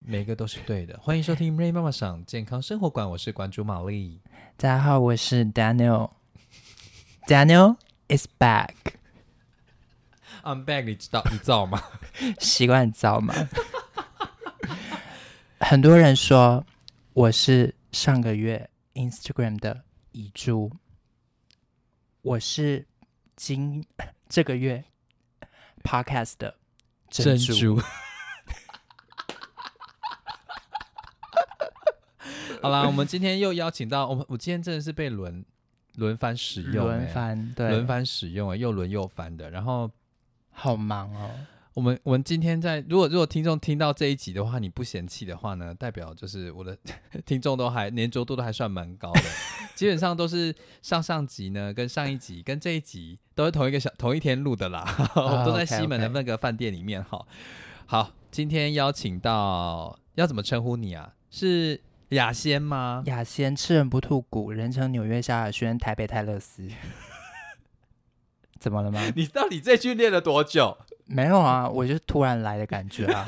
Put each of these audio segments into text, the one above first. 每个都是 对的。欢迎收听 Ray 妈妈赏健康生活馆，我是馆主玛丽。大家好，我是 Daniel。Daniel is back， I'm back，你知道你知道 吗？习惯很糟吗？ 很多人说我是上个月 Instagram 的遗珠，我是今 这个月 Podcast 的珍珠。 好啦，我们今天又邀请到我们，我今天真的是被轮轮番使用、轮欸番，对，轮番使用、欸，又轮又翻的。然后好忙哦。我们我们今天在，如果如果听众听到这一集的话，你不嫌弃的话呢，代表就是我的 听众都还粘着度都还算蛮高 的，基本上都是上上集呢跟上一集跟这一集都是同一个小同一天录的啦，我 们都在哦 OK，OK 西门的那个饭店里面哈。好，今天邀请到要怎么称呼你啊？是雅仙吗？雅仙吃人不吐骨，人称纽约萧亚轩，台北泰勒 斯。怎么了吗？你到底这句练了多久？没有啊，我就是突然来的感觉 啊。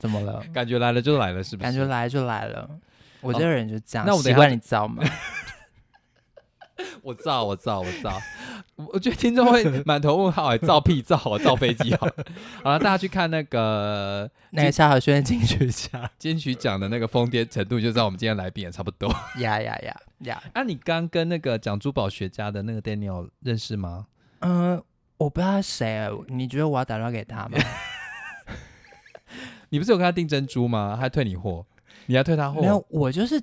怎么了？感觉来嗯了就来了，是不是？感觉来就来了。我这个人就这样，哦那我等习一下惯你造 嘛。我造，我造，我造。我我觉得听众会满头问号哎、造屁造啊，造飞机好了。好了，大家去看那个那个萧亚轩进 去下，金曲奖的那个疯癫程度，就知道我们今天来宾也差不多。呀呀呀呀！啊，你刚跟那个讲珠宝学家的那个 Daniel 认识吗？嗯，我不知道他谁啊，你觉得我要打电话给 他吗？你不是有跟他订珍珠吗？他还退你货，你还退他货？没有，我就是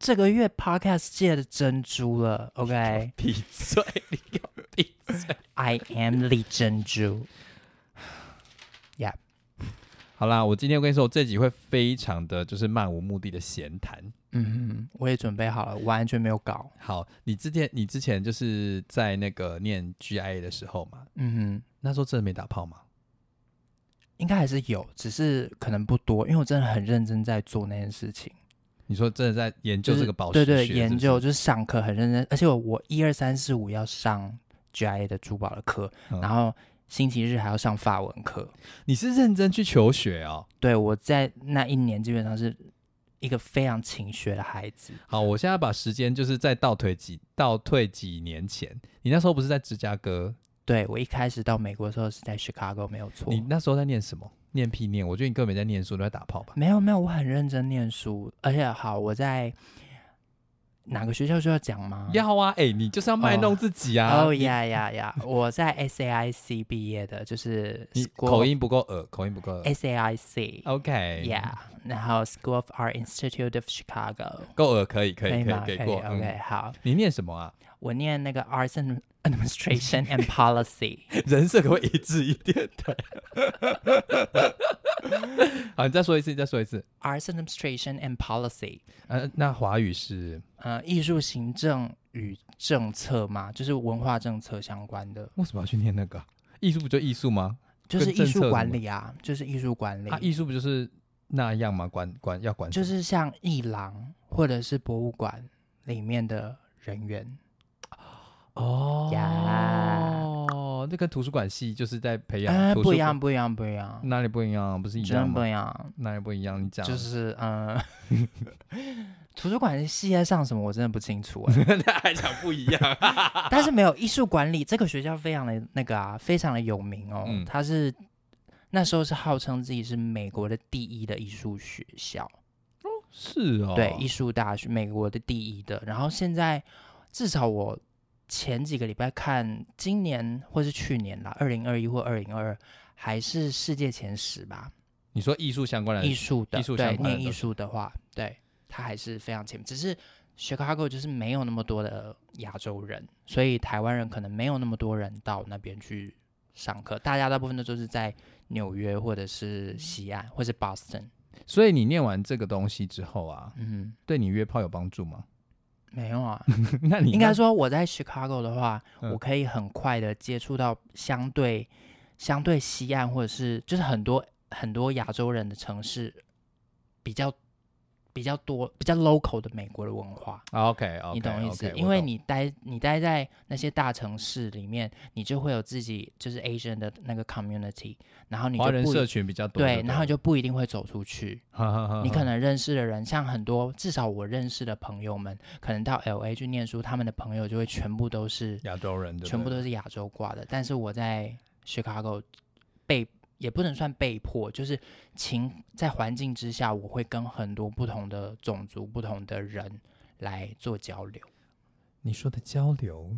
这个月 podcast 界的珍珠了。OK，I 闭嘴！ am the 珍珠。好啦，我今天我跟你说，我这集会非常的就是漫无目的的闲谈。嗯，我也准备好了，完全没有搞。好，你之前你之前就是在那个念 GIA 的时候嘛，嗯哼，那时候真的没打炮吗？应该还是有，只是可能不多，因为我真的很认真在做那件事情，你说真的在研究是这个宝石对对学研是不是究，就是上课很认真，而且我我一二三四五要上 GIA 的珠宝的课，嗯然后星期日还要上法文课，你是认真去求学哦。对我在那一年基本上是一个非常勤学的孩子，好，我现在把时间就是再倒退几倒退几年前，你那时候不是在芝加哥？对我一开始到美国的时候是在 Chicago 没有错你，那时候在念什么？念屁念！我觉得你根本没在念书，都在打炮吧？没有没有，我很认真念书，而且好我在哪个学校需要讲吗？要啊，哎、你就是要卖弄自己啊！哦呀呀呀！我在 SAIC 毕业的，就是你 School 口音不够恶，口音不够恶。哎 SAIC，yeah，、 OK，然后 School of Art Institute of Chicago，够恶，可以，可以，可吗？可给以过。嗯，OK，好，你念什么啊？ 我念那个 Arts and Administration and Policy， 人设可不可以一致一点的？ 好，你再说一次，你再说一次。 Arts Administration and Policy，呃，那华语是呃，艺术行政与政策嘛，就是文化政策相关的，为什么要去念那个啊？艺术不就艺术吗？就是跟艺政策术什管么理啊，就是艺术管理，啊，艺术不就是那样吗？管管要管什就么，是像艺廊或者是博物馆里面的人员。哦呀那跟图书馆系就是在培养、呃，图不书一样，馆，不一样，不一样，哪里不一样？不是一样真不吗？一样。哪里不一样？你讲就是嗯， 呃图书馆系在上什么，我真的不清楚、欸。 那还讲不一样？但是没有艺术管理这个学校非常的那个啊，非常的有名哦。嗯它是那时候是号称自己是美国的第一的艺术学校，是哦，对，艺术大学，美国的第一的。然后现在至少我前几个礼拜看，今年或是去年啦，二零二一或二零二二，还是世界前十吧。你说艺术相关的艺术的，呃艺术相对，关的念都艺是术的话，对，它还是非常前面。只是 Chicago 就是没有那么多的亚洲人，所以台湾人可能没有那么多人到那边去上课，大家大部分都就是在纽约或者是西岸或是 Boston。所以你念完这个东西之后啊，嗯，对你约炮有帮助吗？ 没有啊，那 你应该那说我在 Chicago 的话，嗯我可以很快的接触到相对相对西岸或者是就是很多很多亚洲人的城市比较比较多、比较 local 的美国的文化。 OK 啊 OK，你懂我意思因为你待你待在那些大城市里面，你就会有自己就是 Asian 的那个 community，然后你就华人不社群比较多，对，然后就不一定会走出去。后你可能认识的人，像很多至少我认识的朋友们，可能到 L A 去念书，他们的朋友就会全部都是亚洲人对不对全部都是亚洲挂的，但是我在 Chicago 被也不能算被迫，就是情在环境之下，我会跟很多不同的种族、不同的人来做交流，你说的交流，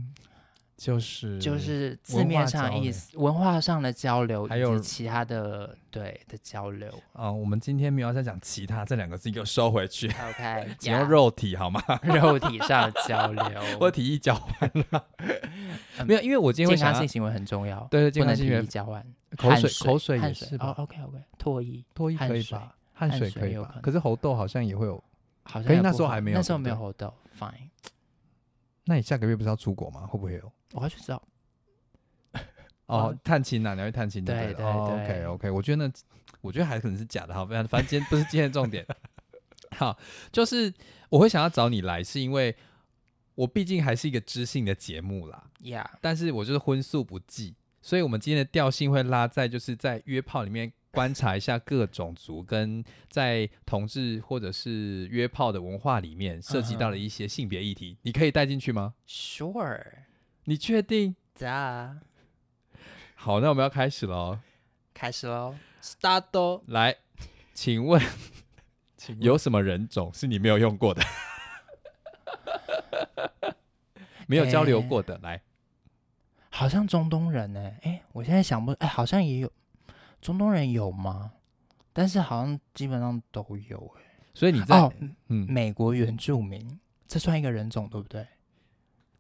就是就是字文面化上交意流思，文化上的交流，还以有及其他的对的交流。啊、我们今天没有再讲其他这两个字，给我收回 去， OK，只用呀肉体好吗？，肉体上的交流 我体意交换了， 没有，因为我今天嗯健会想康要性行为很重要，对对，不健能康性体因力为交换。口汗水口水也汗是哦吧， ，OK OK，唾液唾液汗可以水吧？汗汗水水可以有吧可？能可是猴痘好像也会有，好像可是也那不时候好还没有那时候对不没有对猴痘，Fine。那你下个月不是要出国吗？会不会有？我要去找，哦哦，探亲啊呐、你要去探亲对不对哦、OK 对 OK，我觉得那我觉得还可能是假的，好，反正反正今天不是今天的重点。 好，就是我会想要找你来，是因为我毕竟还是一个知性的节目啦， Yeah，但是我就是荤素不忌，所以我们今天的调性会拉在就是在约炮里面观察一下各种族跟在同志或者是约炮的文化里面涉及到了一些性别议题，你可以带进去吗？ Sure，你确定？咋？好，那我们要开始了哦。开始喽，Start。 来，请问请有什么人种是你没有用过 的？没有交流过的，来，好像中东人呢、哎、我现在想不，哎、好像也有中东人有吗？但是好像基本上都有、哎。所以你在、哦嗯，美国原住民，这算一个人种对不对？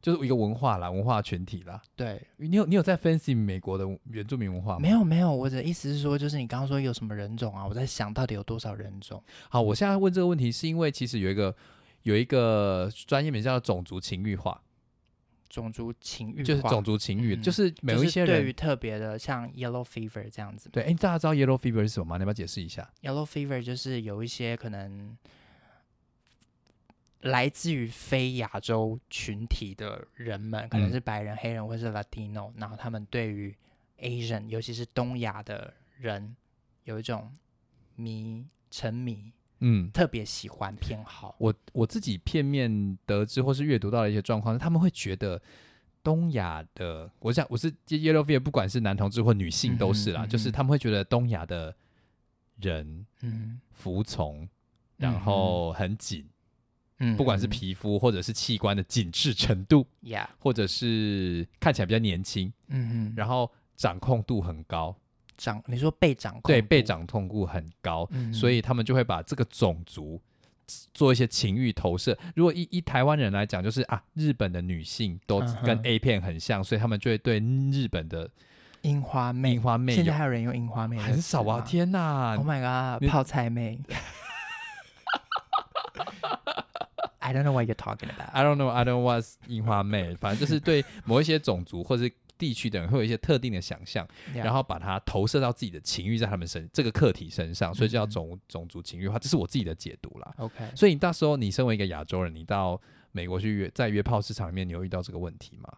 就是一个文化啦，文化群体啦。对，你有你有在分析美国的原住民文化吗？没有没有，我的意思是说，就是你刚刚说有什么人种啊？我在想到底有多少人种？好，我现在问这个问题是因为其实有一个有一个专业名叫种族情欲化，种族情欲就是化种族情欲，嗯就是就有一是些对人于特别的，像 yellow fever 这样子对，哎，大家知道 yellow fever 是什么吗？你要不要解释一下？ Yellow fever 就是有一些可能来自于非亚洲群体的人们，可能嗯是白人、黑人或是 Latino，然后他们对于 Asian，尤其是东亚的人，有一种迷、沉迷，嗯，特别喜欢、偏好。我我自己片面得知或是阅读到的一些状况，他们会觉得东亚的，我想我是 yellow fever，不管是男同志或女性都是啦，嗯哼就是嗯哼他们会觉得东亚的人嗯，服从，然后很紧，嗯，不管是皮肤或者是器官的紧致程度， ，Yeah，或者是看起来比较年轻，嗯嗯，然后掌控度很高，掌，你说被掌控，对被，掌控度很高，嗯所以他们就会把这个种族做一些情欲投射。如果以以台湾人来讲，就是啊，日本的女性都嗯哼跟 A 片很像，所以他们就会对日本的樱花妹樱，花妹现在有还有人用樱花妹，很少啊！。天哪 Oh，my Oh god，你泡 菜妹。I don't know what you're talking about. I don't know, I don't want 樱花妹，反正就是对某一些种族或者地区的人会有一些特定的想象，然后把它投射到自己的情欲在他们身这个客体身上，所以叫嗯种种族情欲化，这是我自己的解读啦。 OK，所以你到时候你身为一个亚洲人，你到美国去约在约炮市场里面，你有遇到这个问题吗？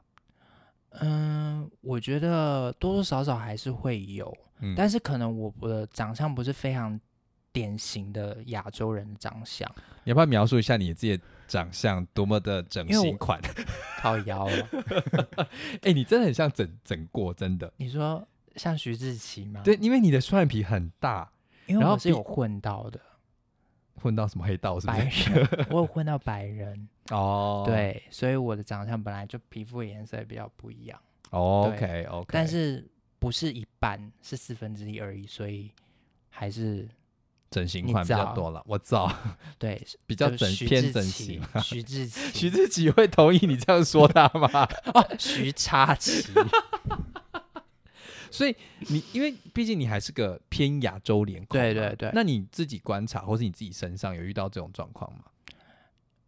嗯，我觉得多多少少还是会有，嗯，但是可能我我的长相不是非常典型的亚洲人的长相，你要不要描述一下你自己的长相多么的整因为形我款？靠腰啊。 哎、你真的很像整整过，真的。你说像徐志奇吗？对，，因为你的双眼皮很大，因为然后我是比有混到的混到什么黑道是不白是？人，我有混到白人， 哦，对，所以我的长相本来就皮肤颜色也比较不一样。哦，OK 对 OK，但是不是一半，是四分之一而已，所以还是整形你款比较造多了，我造对比较就是整徐偏志整奇形。徐志奇，徐志奇会同意你这样说他吗？哦，徐叉奇，所以你因为毕竟你还是个偏亚洲脸孔嘛，对对对那你自己观察，或是你自己身上有遇到这种状况吗？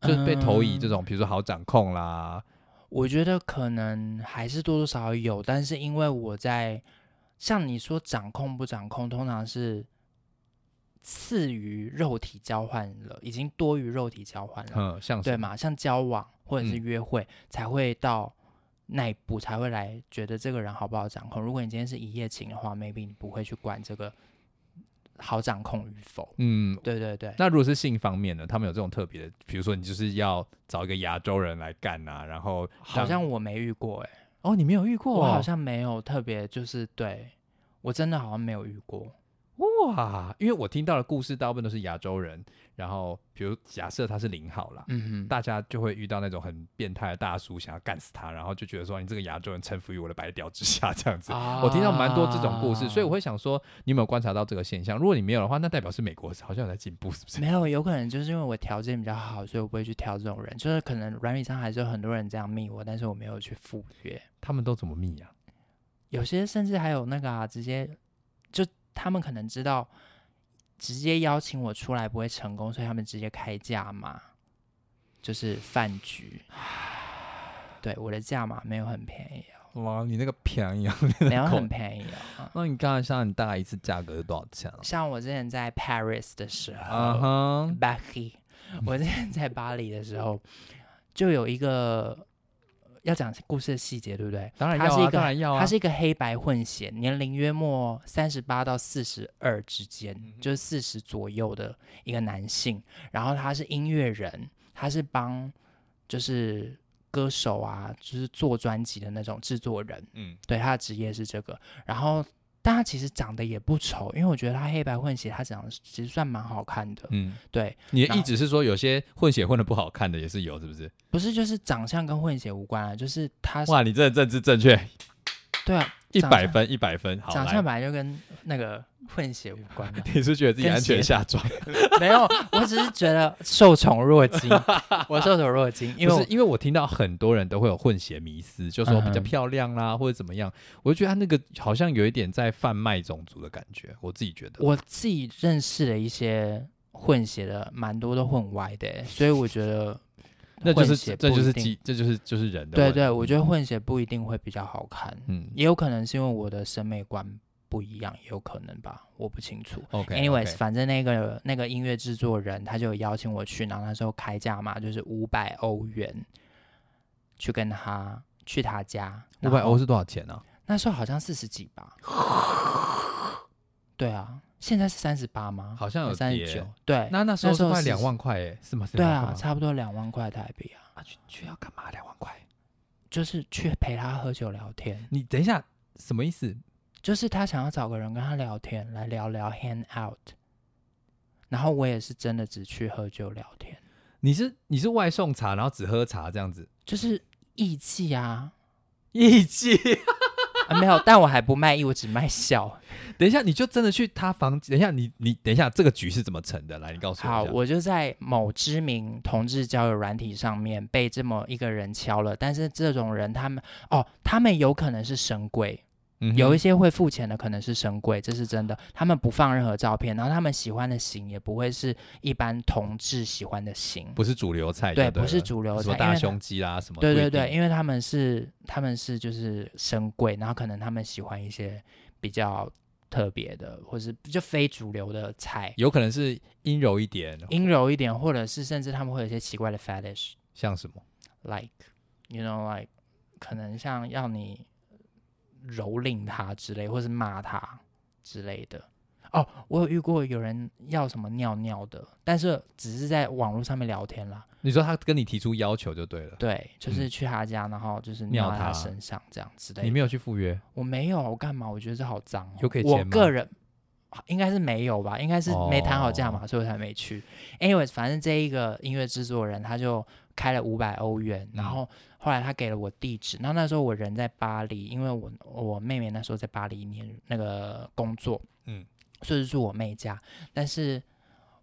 就是被投以这嗯种，比如说好掌控啦，我觉得可能还是多多少少有，但是因为我在像你说掌控不掌控，通常是次于肉体交换了，已经多于肉体交换了，嗯，像对是嘛？像交往或者是嗯约会，才会到那一步，才会来觉得这个人好不好掌控。如果你今天是一夜情的话，maybe 你不会去管这个好掌控与否。嗯，对对对，那如果是性方面呢，他们有这种特别的，比如说你就是要找一个亚洲人来干啊，然后好让像我没遇过哎、哦，你没有遇过哦，我好像没有特别就是对我真的好像没有遇过。哇，因为我听到的故事大部分都是亚洲人，然后比如假设他是零号啦，嗯哼，大家就会遇到那种很变态的大叔，想要干死他，然后就觉得说你这个亚洲人臣服于我的白屌之下这样子。啊我听到蛮多这种故事，所以我会会想说，你有没有观察到这个现象？如果你没有的话，那代表是美国好像有在进步，是不 是？没有，有可能就是因为我条件比较好，所以我不会去挑这种人。就是可能软体上还是有很多人这样密我，但是我没有去赴约。他们都怎么密啊？有些甚至还有那个啊，直接就他们可能知道直接邀请我出来不会成功，所以他们直接开价嘛，就是饭局。对，我的价码没有很便宜哦，哇，你那个便宜啊！ 没有很便宜哦。那你刚才像你大概一次价格是多少钱啊？像我之前在 Paris 的时候，啊哈，巴黎，我之前在巴黎的时候，就有一个要讲故事的细节，对不对？当然它要是一啊，个当然要啊。他是一个黑白混血，年龄约莫三十八到四十二之间，就是四十左右的一个男性。然后他是音乐人，他是帮就是歌手啊，就是做专辑的那种制作人。嗯，对，他的职业是这个。然后，但他其实长得也不丑，因为我觉得他黑白混血，他长得其实算蛮好看的。嗯，对，你然的后意思是说有些混血混的不好看的也是有，是不是？不是就是长相跟混血无关啊，就是他是哇，你这政治正确，对啊，一长百相分，一百分，好长来相本，来就跟那个混血无关啊嘛。你是觉得自己跟安全鞋下装？ 没有，我只是觉得受宠 若惊，我受宠若惊，因为不我是因为我听到很多人都会有混血迷思，就说比较嗯哼漂亮啦、或者怎么样，我就觉得他那个好像有一点在贩卖种族的感觉，我自己觉得。我自己认识了一些混血的，蛮多都混歪 的欸，所以我觉得那就混是血这不就一是定基这就是就是人的对问题对，我觉得混血不一定会比较好看，嗯也有可能是因为我的审美观不一样，也有可能吧，我不清楚。 OK Anyways，、 OK 反正那个那个音乐制作人他就有邀请我去，然后那时候开价嘛，就是五百欧元，去跟他去他家，五百欧是多少钱啊？那时候好像四十 几吧。对啊，现在是三十八吗？好像有三跌十九。对，那那时那候时是候快是两万块诶，是吗？是对两万啊，块吗差不多两万块台币啊，啊，去去要干嘛？两万块？就是去陪他喝酒聊天，你等一下，什么意思？就是他想要找个人跟他聊天，来聊聊 hang out。然后我也是真的只去喝酒聊天，你是你是外送茶，然后只喝茶这样子？就是义气啊义气？ 啊没有，但我还不卖艺，我只卖笑。等一下，你就真的去他房？等一下，你你等一下，这个局是怎么成的？来，你告诉我一下。好，我就在某知名同志交友软体上面被这么一个人敲了，但是这种人他们哦，他们有可能是神龟，嗯哼有一些会付钱的可能是神龟，这是真的。他们不放任何照片，然后他们喜欢的型也不会是一般同志喜欢的型，不是主流菜就对，对，不是。主流什么菜，大因为胸肌啊啦，什么对不一对对，定，因为他们是他们是就是神贵，然后可能他们喜欢一些比较特别的，或是就非主流的菜。有可能是阴柔一点，阴柔一点，或者是甚至他们会有一些奇怪的 fetish，like 像什么 you know like 可能像要你蹂躏他之类，或是骂他之类的。哦，我有遇过有人要什么尿尿的，但是只是在网络上面聊天啦。你说他跟你提出要求就对了，对，就是嗯去他家，然后就是尿尿在他他身上这样之类你的。没有去赴约，我没有，我干嘛？我觉得这好脏、哦。有给我钱吗个人应该是没有吧，应该是没谈好哦价嘛，所以我才没去。Anyways，反正这一个音乐制作人他就开了五百欧元，然嗯后后来他给了我地址。那那时候我人在巴黎，因为我我妹妹那时候在巴黎念那个工作，嗯嗯，所以就住我妹家，但是。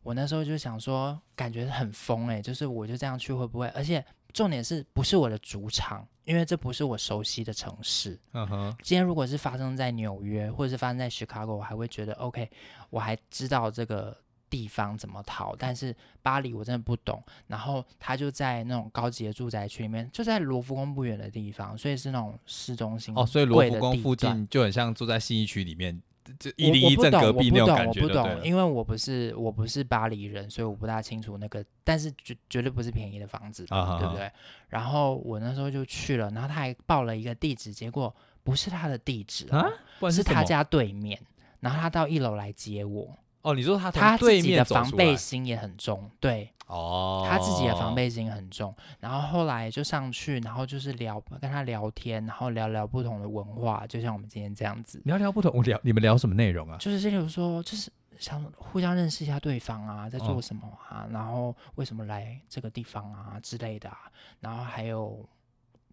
我那时候就想说，感觉很疯哎、就是我就这样去会不会？而且重点是不是我的主场，因为这不是我熟悉的城市，嗯哼，今天如果是发生在纽约，或者是发生在 Chicago，我还会觉得 OK，我还知道这个地方怎么逃。但是巴黎我真的不懂。然后他就在那种高级的住宅区里面，就在罗浮宫不远的地方，所以是那种市中心哦，所以罗贵浮的宫地附段近就很像住在信义区里面就我一零一我不正懂隔壁那种感我觉不就懂，对我不了懂，因为我不是我不是巴黎人，所以我不大清楚那个，但是绝绝对不是便宜的房子，啊，对不对？然后我那时候就去了，然后他还报了一个地址，结果不是他的地址啊哦，？不然是什他么家对面，然后他到一楼来接我，哦，你说他从他自对己面的走防出备来心也很重，对，哦，他自己的防备心很重，然后后来就上去，然后就是聊跟他聊天，然后聊聊不同的文化，就像我们今天这样子，聊聊不同，我聊你们聊什么内容啊？就是例如说，就是想互相认识一下对方啊，在做嗯什么啊，然后为什么来这个地方啊之类的啊，然后还有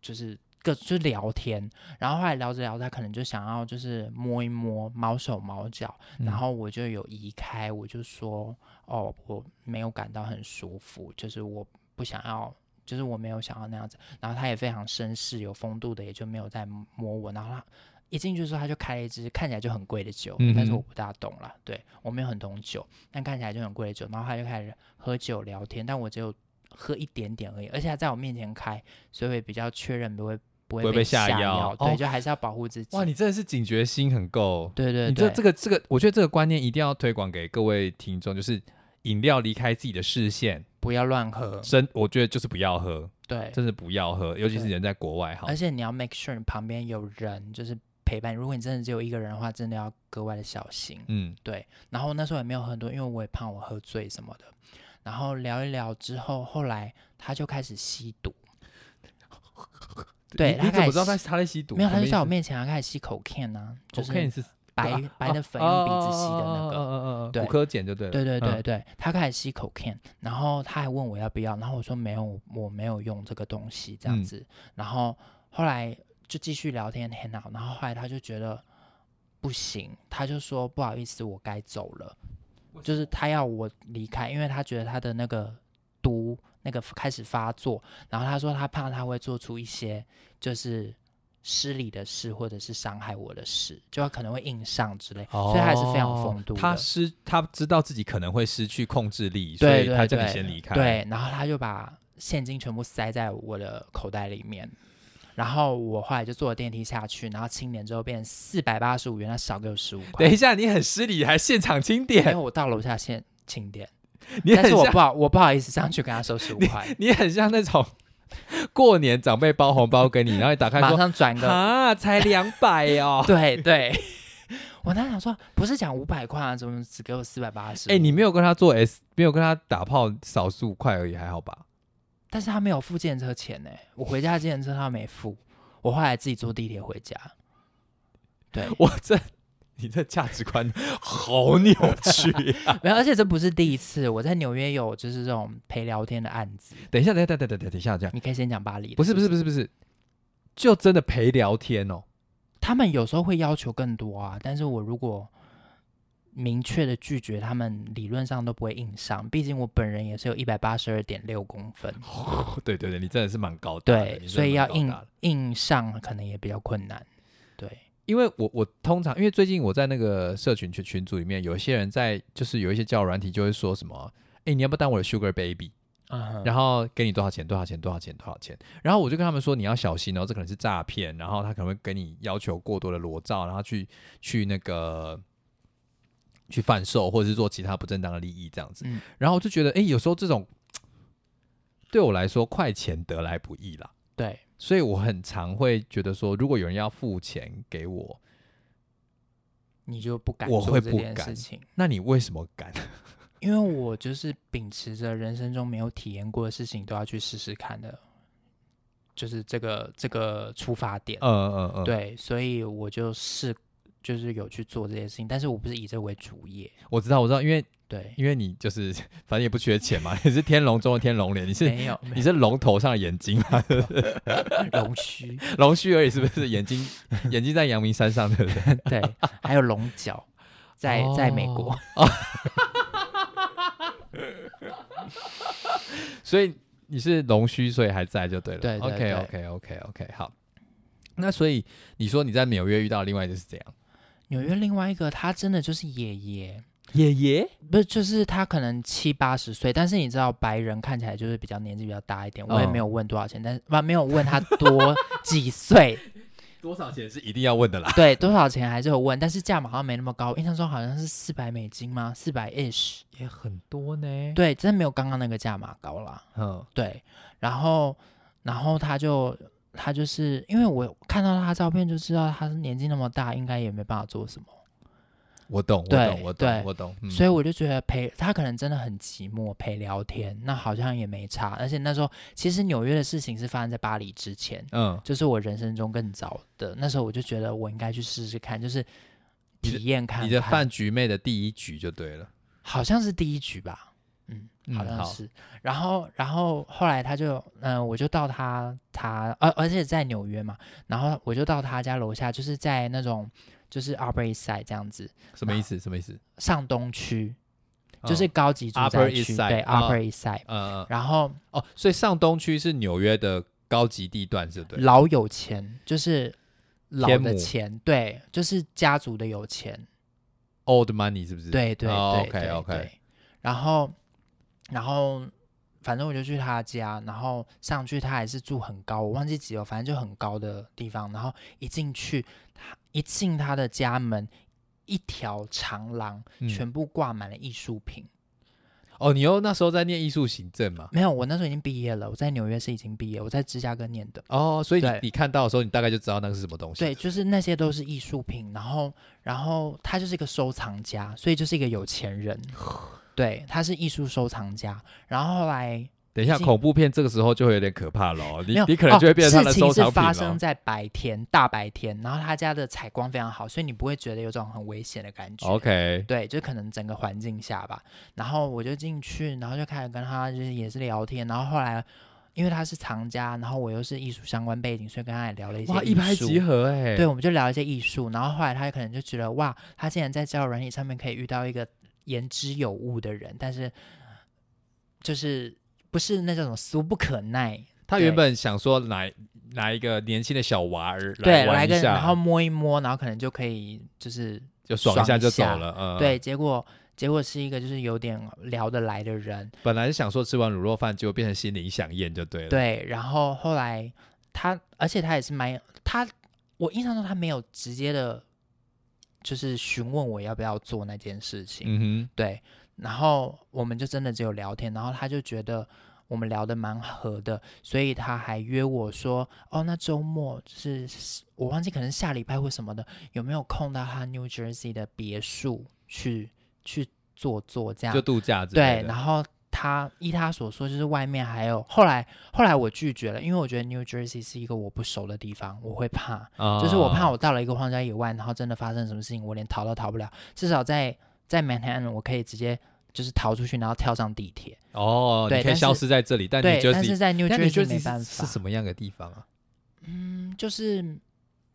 就是各就是聊天，然后后来聊着聊着，他可能就想要就是摸一摸毛手毛脚，然嗯后我就有移开，我就说哦，我没有感到很舒服，就是我不想要。就是我没有想要那样子，然后他也非常绅士、有风度的，也就没有再摸我。然后他一进去的时候，他就开了一支看起来就很贵的酒，嗯哼但是我不大懂啦，对我没有很懂酒，但看起来就很贵的酒。然后他就开始喝酒聊天，但我只有喝一点点而已，而且他在我面前开，所以我也比较确认不会不不会会被下下药对，哦就还是要保护自己。哇，你真的是警觉心很够。对对你这对，这个这个，我觉得这个观念一定要推广给各位听众，就是饮料离开自己的视线，不要乱喝，真我觉得就是不要喝，对，真的不要喝，尤其是对人在国外哈而。且你要 make sure 你旁边有人，就是陪伴。如果你真的只有一个人的话，真的要格外的小心。嗯，然后那时候也没有很多，因为我也怕我喝醉什么的。然后聊一聊之后，后来他就开始吸毒，对你他你怎开么始知道他他在吸毒？没有，他就在我面，面前他开始吸口 can 啊，就我是看你是白、啊白的粉用哦鼻子吸的那哦哦哦哦个。哦哦哦对骨科碱就对了。对对嗯对，对，他开始吸口 can，然后他还问我要不要，然后我说没有，我没有用这个东西这样嗯子。然后后来就继续聊天 hang out，然后后来他就觉得不行，他就说不好意思，我该走了，就是他要我离开，因为他觉得他的那个毒那个开始发作，然后他说他怕他会做出一些就是失礼的事，或者是伤害我的事，就可能会硬上之类，所以他还是非常哦风度的。他失他知道自己可能会失去控制力，所对以对他叫你对先离开。，对，然后他就把现金全部塞在我的口袋里面。然后我后来就坐电梯下去，然后清点之后变四百八十五元，他少给我十五块等一。下你很失礼，还现场清因为点，我到楼下先清点，你但很是我像不好，我不好意思上去跟他收十五块， 你很像那 种过年长辈包红包给你，然后你打开马说上转个。啊，才两百 哦。对对，我当时想说，不是讲五百块啊，怎么只给我四百八十？哎、你没有跟他做 S，没有跟他打炮少数块而已，还好吧？ 但是他没有付电车钱呢、我回家的电车他没付，我后来自己坐地铁回家。对，我这你这价值观好扭曲、 没有，而且这不是第一次，我在纽约有就是这种陪聊天的案子。等一下，等一下，等一下，等一下，等一下，这样你可以先讲巴黎的，不是不是不是不是，就真的陪聊天哦。 他们有时候会要求更多啊，但是我如果明确的拒绝，他们理论上都不会硬上，毕竟我本人也是有一百八十二点六公分，对对对，你真的是蛮高大的，对，你真的所以蛮要高硬大的硬上可能也比较困难，对，因为我我通常因为最近我在那个社群群群组里面，有一些人在就是有一些交友软体就会说什么，哎、你要不要当我的 Sugar Baby？嗯然后后给你多少钱，多少钱，多少钱，多少钱。然后我就跟他们说，你要小心哦，这可能是诈骗。然后他可能会给你要求过多的裸照，然后去去那个去贩售，或者是做其他不正当的利益这样子。嗯然后我就觉得，哎，有时候这种对我来说，快钱得来不易啦。对，所以我很常会觉得说，如果有人要付钱给我，你就不敢我做会这不件事敢情。那你为什么敢？因为我就是秉持着人生中没有体验过的事情都要去试试看的，就是这个这个出发点。嗯嗯嗯，，对，所以我就是就是有去做这些事情，但是我不是以这为主业。我知道，我知道，因为对，因为你就是反正也不缺钱嘛， 你是天龙中的天龙脸，你是没有你是龙头上的眼睛吗？龙须， 龙须而已，是不是？眼睛眼睛在阳明山上，对 不对？对，还有龙角，在在美国哦，所以你是龙须，所以还在就对了。对对 o k OK OK OK，好。那所以你说你在纽约遇到另外一个是怎样？ 纽约另外一个他真的就是爷爷。爷爷不是，就是他可能七八十岁，但是你知道白人看起来就是比较年纪比较大一点，我也嗯没有问多少钱，但是不没有问他多几岁，多少钱是一定要问的啦。对，多少钱还是有问，但是价码好像没那么高，印象中好像是四百美金吗？四百 ish，也很多呢。，对，真的没有刚刚那个价码高啦。嗯，对，然后然后他就他就是因为我看到他照片就知道他年纪那么大，应该也没办法做什么，我懂，我对懂，我对懂，我懂。嗯所以我就觉得陪他可能真的很寂寞，陪聊天那好像也没差。而且那时候其实纽约的事情是发生在巴黎之前，嗯，就是我人生中更早的那时候，我就觉得我应该去试试看，就是你的体验看看你的饭局妹的第一局就对了。好像是第一局吧，嗯，嗯好像好是。然后，然后后来他就，嗯、我就到他他，呃而、而且在纽约嘛，然后我就到他家楼下，就是在那种就是 Upper East Side 这样子，什么意思？什么意思？上东区，嗯就是高级住宅 Upper 区 East Side，对啊 Upper East Side，、呃然后哦，所以上东区是纽约的高级地段，是不对？老有钱，就是老天的母钱，对，就是家族的有钱， Old money 是不是？对对对对哦 OK OK。对然后，然后，反正我就去他家，然后上去他还是住很高，我忘记几楼，反正就很高的地方。然后一进去，他一进他的家门，一条长廊、嗯全部挂满了艺术品。哦，你又那时候在念艺术行政嘛？没有，我那时候已经毕业了，我在纽约是已经毕业，我在芝加哥念的。哦，所以你对你看到的时候，你大概就知道那个是什么东西。对，就是那些都是艺术品，然后然后他就是一个收藏家，所以就是一个有 钱人。对，他是艺术收藏家，然后后来等一下，已经恐怖片这个时候就会有点可怕咯。你没有，你可能就会变成哦、他的事情收是藏发品生了。在白天，大白天，然后他家的采光非常好，所以你不会觉得有种很危险的感觉。 OK，对，就可能整个环境下吧。然后我就进去，然后就开始跟他就是也是聊天，然后后来因为他是藏家，然后我又是艺术相关背景，所以跟他也聊了一些哇，艺一拍术即合哎。对，我们就聊一些艺术，然后后来他可能就觉得哇，他竟然在交友软体上面可以遇到一个言之有物的人，但是就是不是那种俗不可耐，他对原本想说拿拿一个年轻的小娃儿对，玩来一个下，然后摸一摸，然后可能就可以就是、就爽爽一下一就走下了。嗯，对，，结果结果是一个就是有点聊得来的人，本来是想说吃完卤肉饭，结果变成心灵想宴就对了。，对，然后后来他，而且他也是蛮他，我印象中他没有直接的，就是询问我要不要做那件事情，嗯对，然后我们就真的只有聊天，然后他就觉得我们聊得蛮合的，所以他还约我说，哦，那周末就是我忘记可能下礼拜或什么的，有没有空到他 New Jersey 的别墅去去坐坐这哼，样就？度假之类对，的。然后。他依他所说，就是外面还有后来后来我拒绝了，因为我觉得 New Jersey 是一个我不熟的地方，我会怕。啊就是我怕我到了一个荒郊野外，然后真的发生什么事情，我连逃都逃不了。至少在在 Manhattan，我可以直接就是逃出去，然后跳上地铁。哦，对你可以但是消失在这里，但对你，觉得但是在 New 但你觉 Jersey 得没办是法。是什么样的地方啊？嗯，就是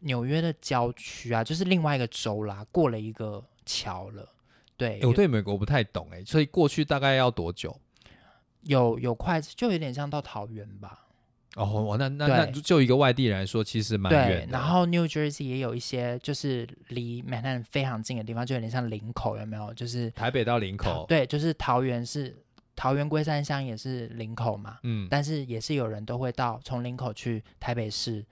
纽约的郊区啊，就是另外一个州啦，过了一个桥了。对，诶有我对美国不太懂哎，所以过去大概要多久？有有快，就有点像到桃园吧。哦，那那对那就一个外地人来说，其实蛮远对，的。然后 New Jersey 也有一些就是离 Manhattan 非常近的地方，就有点像林口，有没有？就是台北到林桃口，， 对，就是桃园是桃园龟山乡也是林口嘛，嗯，但是也是有人都会到从林口去台北市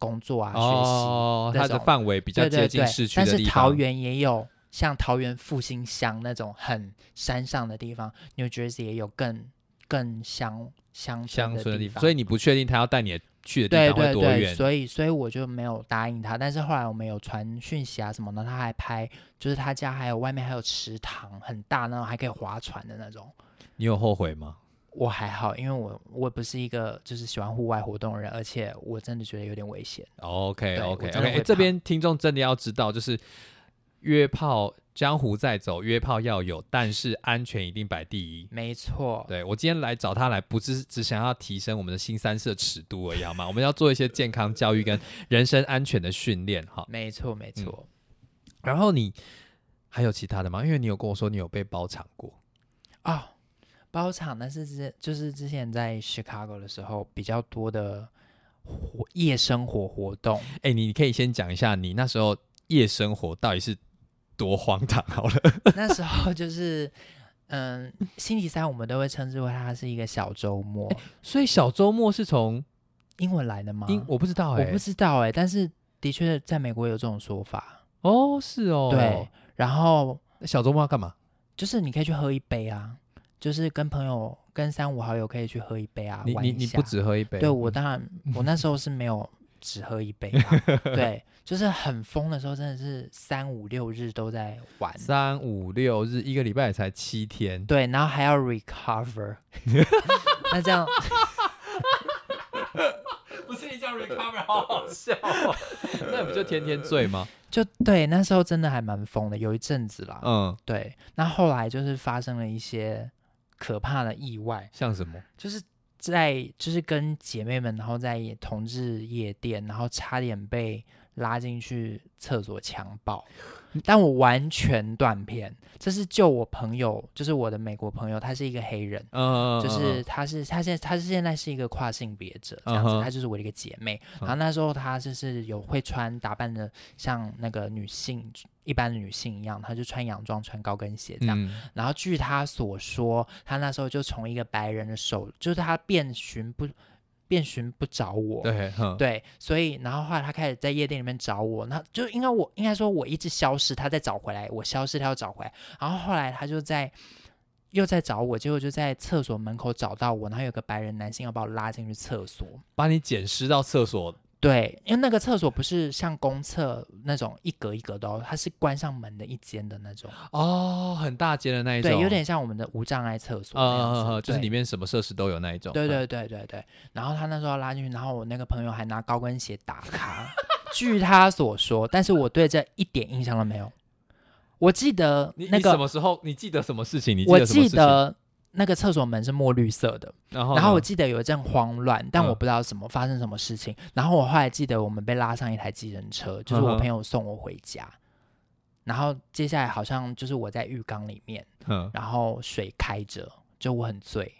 工作啊、哦，学习它这的种，范围比较对对接近对市，区但的是地桃方。园也有像桃园复兴乡那种很山上的地方，New Jersey 也有更更乡乡乡村村的的地地方，方，所以你不确定他要带你去的地对方会对多对，远。所以所以我就没有答应他，但是后来我们有传讯息啊什么的，他还拍，就是他家还有外面还有池塘，很大那种，还可以划船的那种。你有后悔吗？我还好，因为我我不是一个就是喜欢户外活动的人，而且我真的觉得有点危险。 OK 对我 OK 真的 OK，会这怕边听众真的要知道，就是约炮江湖在走，约炮要有，但是安全一定摆第一。没错，对我今天来找他来，不是只想要提升我们的新三色尺度而已好吗？我们要做一些健康教育跟人身安全的训练哈。没错，没嗯错。然后你还有其他的吗？因为你有跟我说你有被包场过，啊、包场那是之就是之前在 Chicago 的时候比较多的活夜生活活 动。哎，你可以先讲一下你那时候夜生活到底是多荒唐好了。 那时候就是，嗯，星期三我们都会称之为它是一个小周末。所以小周末是从英文来的吗？英我不知道哎、我不知道哎、但是的确在美国有这种说法，哦，是哦，对，。然后那小周末要干嘛？就是你可以去喝一杯啊，就是跟朋友、跟三五好友可以去喝一杯啊，你玩你一你下不只喝一杯，嗯对我 当然，我那时候是没有只喝一杯啦，对，就是很疯的时候，真的是三五六日都在玩，三五六日一个礼拜也才七天，对，然后还 要 recover，那这样不是你叫 recover 好好笑、哦 那你不就天天醉吗？就对，那时候真的还蛮疯的，有一阵子啦，嗯，对，那后来就是发生了一些可怕的意外，像什么？就是在就是跟姐妹们，然后在同志夜店，然后差点被拉进去厕所强暴，嗯但我完全断片。这是救我朋友，就是我的美国朋友，他是一个黑人。嗯，嗯嗯 就是他是他现在他是现在是一个跨性别者这样嗯子，哼他就是我的一个姐妹。嗯然后那时候他就是有会穿打扮的像那个女性一般的女性一样，她就穿洋装穿高跟鞋这样。嗯然后据他所说，他那时候就从一个白人的手，就是他遍寻不遍寻不着我。对，哼对所以然后后来他开始在夜店里面找我，那就应该我应该说我一直消失，他再找回来，我消失他又找回来，然后后来他就在又在找我，结果就在厕所门口找到我，然后有个白人男性要把我拉进去厕所，把你捡尸到厕所，对，因为那个厕所不是像公厕那种一格一格的哦，它是关上门的一间的那种，哦，很大间的那一种，对，有点像我们的无障碍厕所那样子，呃，就是对里面什么设施都有那一种，对嗯，对对对对。然后他那时候拉进去，然后我那个朋友还拿高跟鞋打他。 据他所说，但是我对这一点印象都没有。我记得你那你什个，么时候？你记得什么事情？你我得什么记事情？得那个厕所门是墨绿色的，然后然后我呢记得有一阵慌乱，但我嗯不知道什么发生什么事情。然后我后来记得我们被拉上一台计程车，就是嗯我哼朋友送我回家。然后接下来好像就是我在浴缸里面，嗯，然后水开着，就我很醉，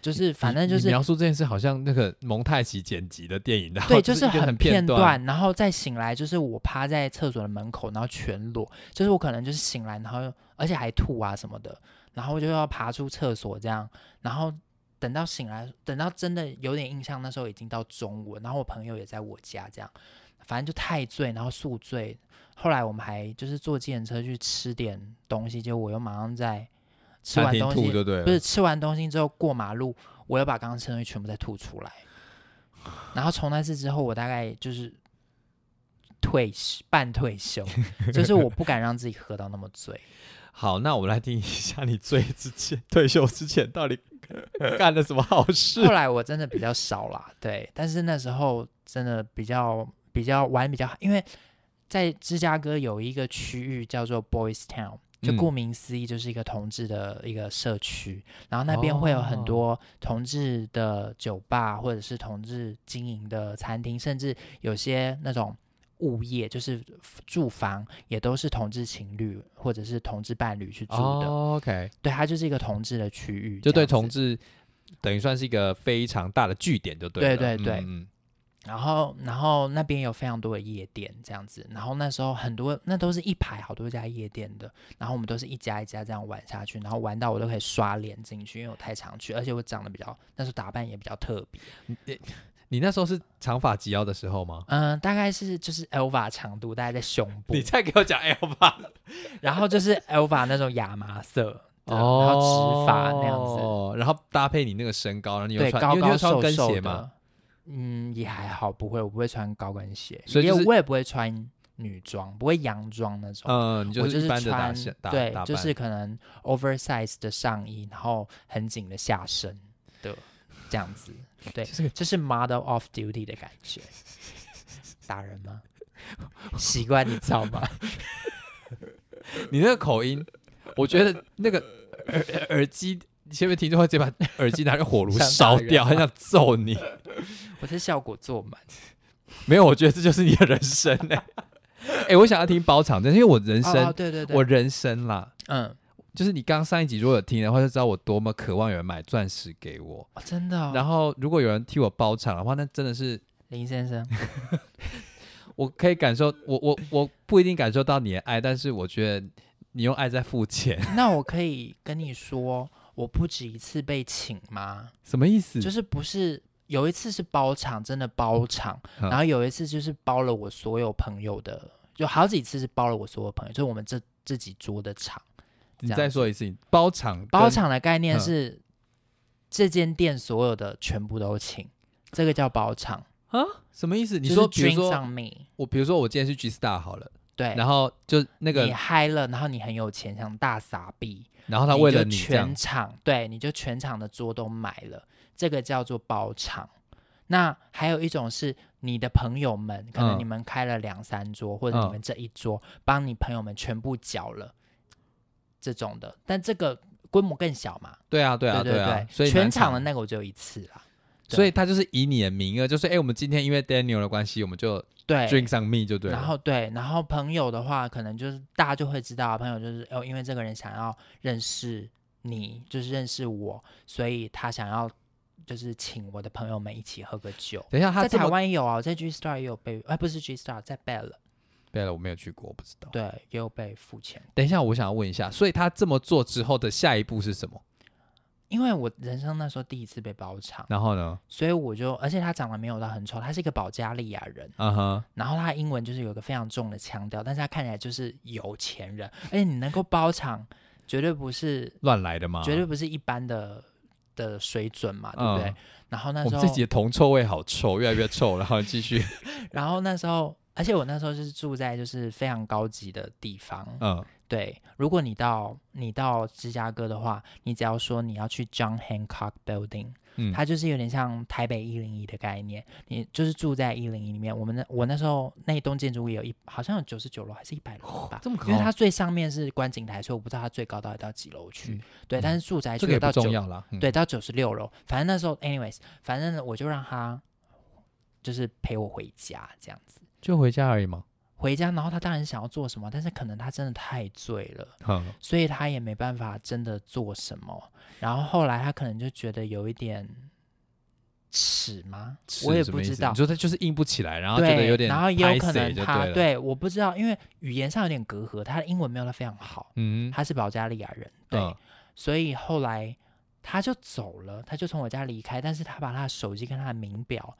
就是反正你就你是描述这件事，好像那个蒙太奇剪辑的电影，然后对，就就是一个很很片段，段，然后再醒来，就是我趴在厕所的门口，然后全裸，就是我可能就是醒来，然后而且还吐啊什么的，然后我就要爬出厕所这样，然后等到醒来，等到真的有点印象，那时候已经到中午了，然后我朋友也在我家这样，反正就太醉，然后宿醉，后来我们还就是坐计程车去吃点东西，结果我又马上在吃餐完厅东吐西，呃就对了，不是吃完东西之后过马路，我又把刚刚吃的东西全部再吐出来。然后从那次之后，我大概就是退休半退休，就是我不敢让自己喝到那么醉。好，那我们来听一下你醉之前、退休之前到底 干了什么好事后？来我真的比较少啦，对，但是那时候真的比较比较玩比较，因为在芝加哥有一个区域叫做 Boys Town。就嗯顾名思义，就是一个同志的一个社区，然后那边会有哦很多同志的酒吧，或者是同志经营的餐厅，甚至有些那种物业，就是住房也都是同志情侣或者是同志伴侣去住的。哦、OK，对，它就是一个同志的区域，就这对样子同志等于算是一个非常大的据点，就了。对对对嗯，然后，然后那边有非常多的夜店这样子，然后那时候很多，那都是一排好多家夜店的，然后我们都是一家一家这样玩下去，然后玩到我都可以刷脸进去，因为我太常去，而且我长得比较，那时候打扮也比较特别，嗯你那时候是长发及腰的时候吗？嗯、大概是就是 Elva 长度大概在胸部你，再给我讲 L 吧， 然后就是 Elva 那种亚麻色的，啊然后直发那样子，哦，然后搭配你那个身高，然 后你又对，穿，高因为你高有穿瘦跟瘦鞋嘛，的，嗯，也还好，不会，我不会穿高跟鞋，所以就也是我也不会穿女装，不会洋装那种。嗯，你我是一般是的打穿线打对打，就扮是可能 oversize 的上衣，然后很紧的下身的这样子，对就是个这是 model of duty 的感 觉。打人吗？习惯你知道吗？ 你那个口音，我觉得那个耳耳耳机。前面听众会直接把耳机拿去火炉想打烧人掉，很吗想揍你。我是效果做满， 没有，我觉得这就是你的人生呢、 哎、我想要听包场，但是因为我人生，哦，对对对，我人生啦，嗯、就是你刚上一集如果有听的话，就知道我多么渴望有人买钻石给我。哦真的、哦，然后如果有人替我包场的话，那真的是林先生，我可以感受，我我我不一定感受到你的爱，但是我觉得你用爱在付钱， 那我可以跟你说，我不止一次被请吗？什么意思？就是不是有一次是包场，真的包场，嗯然后有一次就是包了我所有朋友的，有好几次是包了我所有朋友，就是我们这这几桌的场。你这样再说一次，包场跟包场的概念嗯是、这间店所有的全部都请，这个叫包场。啊？什么意思？你就是说，比如 drinks 说 on me，我，比如说我今天去 G Star 好了，对，然后就那你个，嗨了，然后你很有钱，想大撒币，然后他为了你你就这样全，场对，你就全场的桌都买了，这个叫做包场。那还有一种是你的朋友们，可能嗯你们开了两三桌，或者嗯你们这一桌帮你朋友们全部缴了，这种的，但这个规模更小嘛，对啊，对啊，对啊，所以全难场产的那个我只有一次啦，对所以他就是以你的名额，就是哎、我们今天因为 Daniel 的关系，我们就对 drinks on me 就对了。哎啊然后对，然后朋友的话，可能就是大家就会知道啊，朋友就是哦，因为这个人想要认识你，就是认识我，所以他想要就是请我的朋友们一起喝个酒。等一下，他在这台么湾也有啊，我在 G Star 也有被，哎，不是 G Star，在 Bell，对了，我没有去过，我不知道。对，也有被付钱。等一下，我想要问一下，所以他这么做之后的下一步是什么？因为我人生那时候第一次被包场，然后呢？所以我就，而且他长得没有到很丑，他是一个保加利亚人，嗯哼，然后他英文就是有一个非常重的腔调，但是他看起来就是有钱人，而且你能够包场，绝对不是乱来的吗？绝对不是一般的的水准嘛，对不对？啊嗯然后那我时们这集的候，铜臭味好臭，越来越臭了。然后继续， 然后那时候，而且我那时候就是住在就是非常高级的地方。 嗯，对，如果你到你到芝加哥的话，你只要说你要去 John Hancock Building，嗯它就是有点像台北一零一的概念，你就是住在一零一里面。我们那我那时候那一栋建筑物有一好像有九十九楼还是一百楼吧。哦这么因为它最上面是观景台，所以我不知道它最高到底到几楼去。嗯对，嗯但是住宅这区个有也不到九重要啦。嗯，对，到九十六楼。反正那时候，anyways，反正我就让他就是陪我回家这样子。就回家而已嘛。回家，然后他当然想要做什么，但是可能他真的太醉了，嗯，所以他也没办法真的做什么。然后后来他可能就觉得有一点耻吗？我也是什么不意知思道你。说他就是硬不起来，然后啊觉得有对，点，然后也有可能他对了，对，我不知道，因为语言上有点隔阂，他的英文没有他非常好，嗯，他是保加利亚人，对，嗯所以后来他就走了，他就从我家离开，但是他把他的手机跟他的名表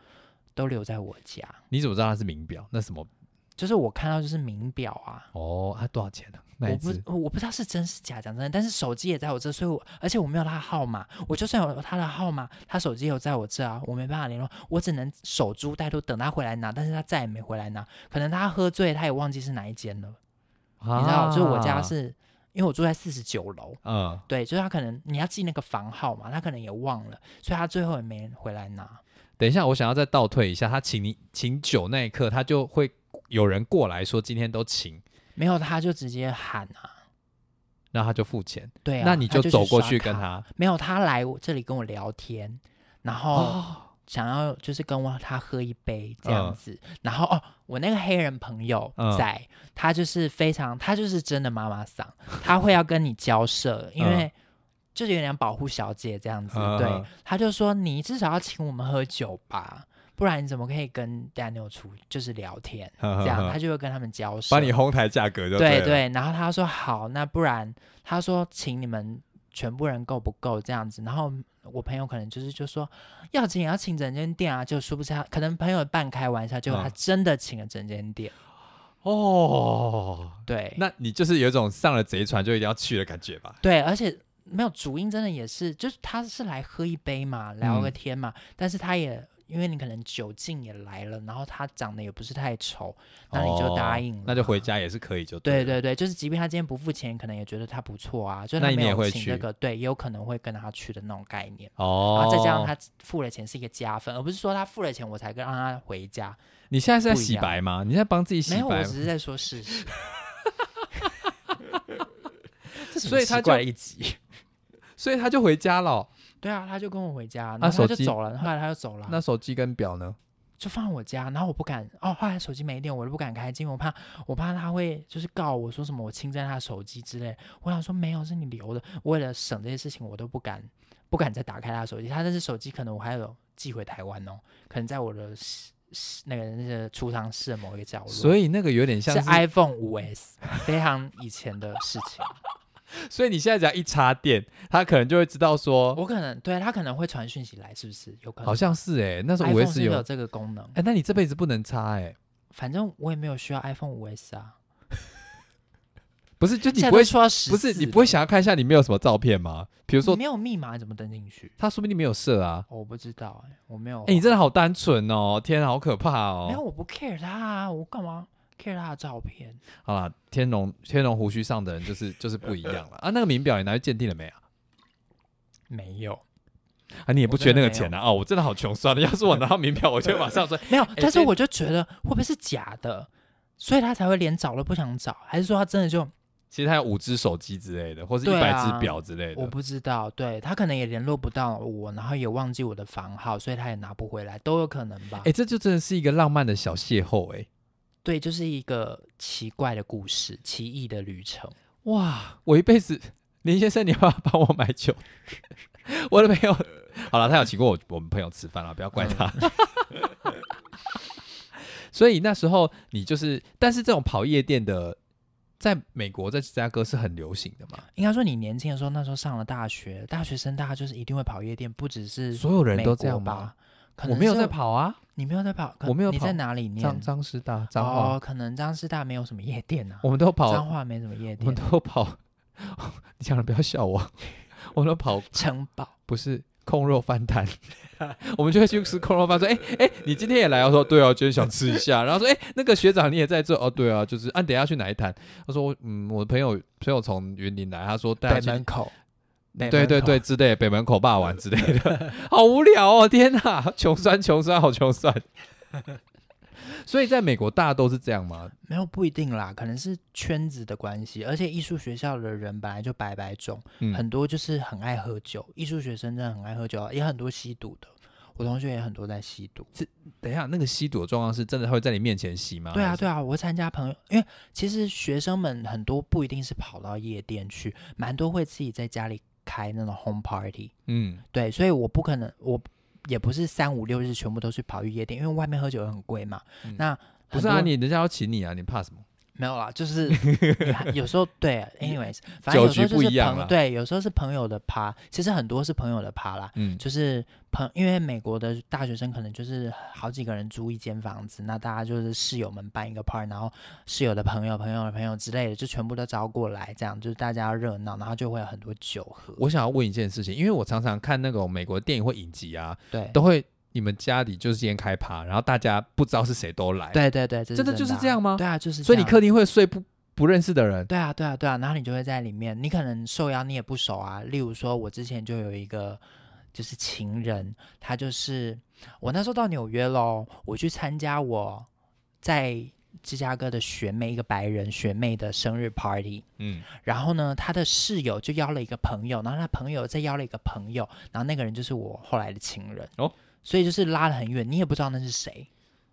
都留在我家，你怎么知道他是名表？那什么？就是我看到就是名表啊。哦，他多少钱呢？那我一不只，我不知道是真是假，讲真的，但是手机也在我这，所以我而且我没有他的号码，我就算有他的号码，他手机也有在我这啊，我没办法联络，我只能守株待兔，等他回来拿，但是他再也没回来拿，可能他喝醉，他也忘记是哪一间了，你你知道，就是我家，是因为我住在四十九楼，啊嗯，对，就是他可能你要记那个房号嘛，他可能也忘了，所以他最后也没回来拿。等一下，我想要再倒退一下，他请你请酒那一刻，他就会有人过来说今天都请，没有，他就直接喊啊，然后他就付钱，对啊，那你他就走过刷去跟卡。他。没有，他来我这里跟我聊天，然后哦，想要就是跟我他喝一杯这样嗯子，然后哦，我那个黑人朋友嗯在，他就是非常，他就是真的妈妈桑，他会要跟你交涉，因为。就是有点保护小姐这样子，嗯对嗯，他就说你至少要请我们喝酒吧，不然你怎么可以跟 Daniel 出就是聊天？这哦 这样，他就会跟他们交涉。嗯把你哄抬价格就对了对，然后他说好，那不然他说请你们全部人够不够这样子，然后我朋友可能就是就说要请也要请整间店啊，就殊不知他可能朋友半开玩笑，结果他嗯真的请了整间店，哦，对，那你就是有一种上了贼船就一定要去的感觉吧？对，而且没有主音真的也是，就是他是来喝一杯嘛，聊个嗯天嘛，但是他也。因为你可能酒劲也来了，然后他长得也不是太丑，那你就答哦应了那就回嘛家也是可以就嗯对对了对对，就是即便他今天不付钱，可能也觉得他不错啊，就那他你没也有会请这去个，对，也有可能会跟他去的那种概念。然哦后，再加上啊他付了钱是一个加分，而不是说他付了钱我才跟让他回家。你现在是在不一洗样白吗？你在帮自己洗没有，我白吗？只是在说事实。 这什么所以奇他就怪的一集， 所以他就回家了哦。对啊，他就跟我回家，然那后他手就机走了，后来他就走了，那手机跟表呢？就放我家，然后我不敢哦，后来手机没电，我都不敢开机，我怕我怕他会就是告我说什么我侵占他的手机之类。我想说没有，是你留的。为了省这些事情，我都不敢不敢再打开他的手机。他那只手机可能我还有寄回台湾哦，可能在我的是是那个那个储藏室的某一个角落。所以那个有点像是 iPhone 五 S，非常以前的事情。所以你现在只要一插电，他可能就会知道说，我可能对他可能会传讯息来，是不是？有可能。好像是哎、那时候五呃 S iPhone 是不是有，有哎、这个功能，那你这辈子不能插哎、反正我也没有需要 iPhone 五 S 啊。不是，就你现在不会都，说到十，不是你不会想要看一下里面有什么照片吗？比如你说没有密码你怎么登进去？他说不定没有设啊，我不知道哎、我没有。哎、你真的好单纯哦，天啊，好可怕没有，哦。我不 care 他啊，我干嘛 care 他的照片？好啦，天龙天龙胡须上的人就是就是不一样 了啊。那个名表你拿去鉴定了没啊？没有，啊，你也不我缺真那的个没钱啊？哦，我真的好穷酸 的。要是我拿到名表，我就会马上说，没有。但是这我就觉得会不会是假的，所以他才会连找都不想找，还是说他真的就其实他有五只手机之类的，或是一对百啊只表之类的。我不知道？对他可能也联络不到我，然后也忘记我的房号，所以他也拿不回来，都有可能吧哎、。这就真的是一个浪漫的小邂逅哎、对，就是一个奇怪的故事，奇异的旅程。哇，我一辈子，林先生，你要不要帮我买 酒？我的朋友，好了，他有请过我我们朋友吃饭了，不要怪 他。所以那时候你就是，但是这种跑夜店的，在美国在芝加哥是很流行的嘛，应该说你年轻的时候，那时候上了大学，大学生大家就是一定会跑夜店，不只是所有人美都这嗯国样吗吧？？可我能没有是在，跑啊，你没有在跑，可我没有你跑在哪里念？张张师大张华，哦，可能张师大没有什么夜店啊，我们都彰跑，化没什么夜我们店，都跑， 你讲了不要笑我， 我们都跑城堡不是控肉饭摊， 我们就会去吃控肉饭，说，哎、哎、你今天也来？我说对啊，今天想吃一下。然后说，哎、那个学长你也在这？哦，对啊，就是啊，你等一下去哪一摊？他说，嗯，我的朋友朋友从云林来，他说带北他去门，口，北对门对口对，，之类北门口霸王之类的， 好无聊哦，天哪，穷酸穷酸，好穷酸。所以在美国，大家都是这样吗？没有不一定啦，可能是圈子的关系，而且艺术学校的人本来就百百种，嗯，很多就是很爱喝酒，艺术学生真的很爱喝酒啊，也很多吸毒的，我同学也很多在吸毒。等一下，那个吸毒的状况是真的会在你面前吸吗？对啊，还是，对啊，我参加朋友，因为其实学生们很多不一定是跑到夜店去，蛮多会自己在家里开那种 home party。嗯，对，所以我不可能，我也不是三五六日全部都去跑去夜店，因为外面喝酒也很贵嘛。嗯那不是啊，很多你人家要请你啊，你怕什么？没有啦，就 是你还有时候对，anyways，反啊正酒有时候局就不是一样朋啦对，有时候是朋友的趴，其实很多是朋友的趴啦。嗯，就是朋，因为美国的大学生可能就是好几个人租一间房子，那大家就是室友们办一个 party，然后室友的朋友、朋友的朋友之类的，就全部都招过来，这样就是大家要热闹，然后就会有很多酒喝。我想要问一件事情，因为我常常看那种美国电影或影集啊，对都会你们家里就是今天开趴，然后大家不知道是谁都来，，对对对，这是真的真就是啊这样吗对啊，就是所以你这样客厅会睡不不认识的人，对啊，对啊，对啊，然后你就会在里面，你可能受邀你也不熟啊。例如说，我之前就有一个就是情人，他就是我那时候到纽约喽，我去参加我在芝加哥的学妹一个白人学妹的生日 party，嗯，然后呢，她的室友就邀了一个朋友，然后她朋友再邀了一个朋友，然后那个人就是我后来的情人哦，所以就是拉得很远，你也不知道那是谁，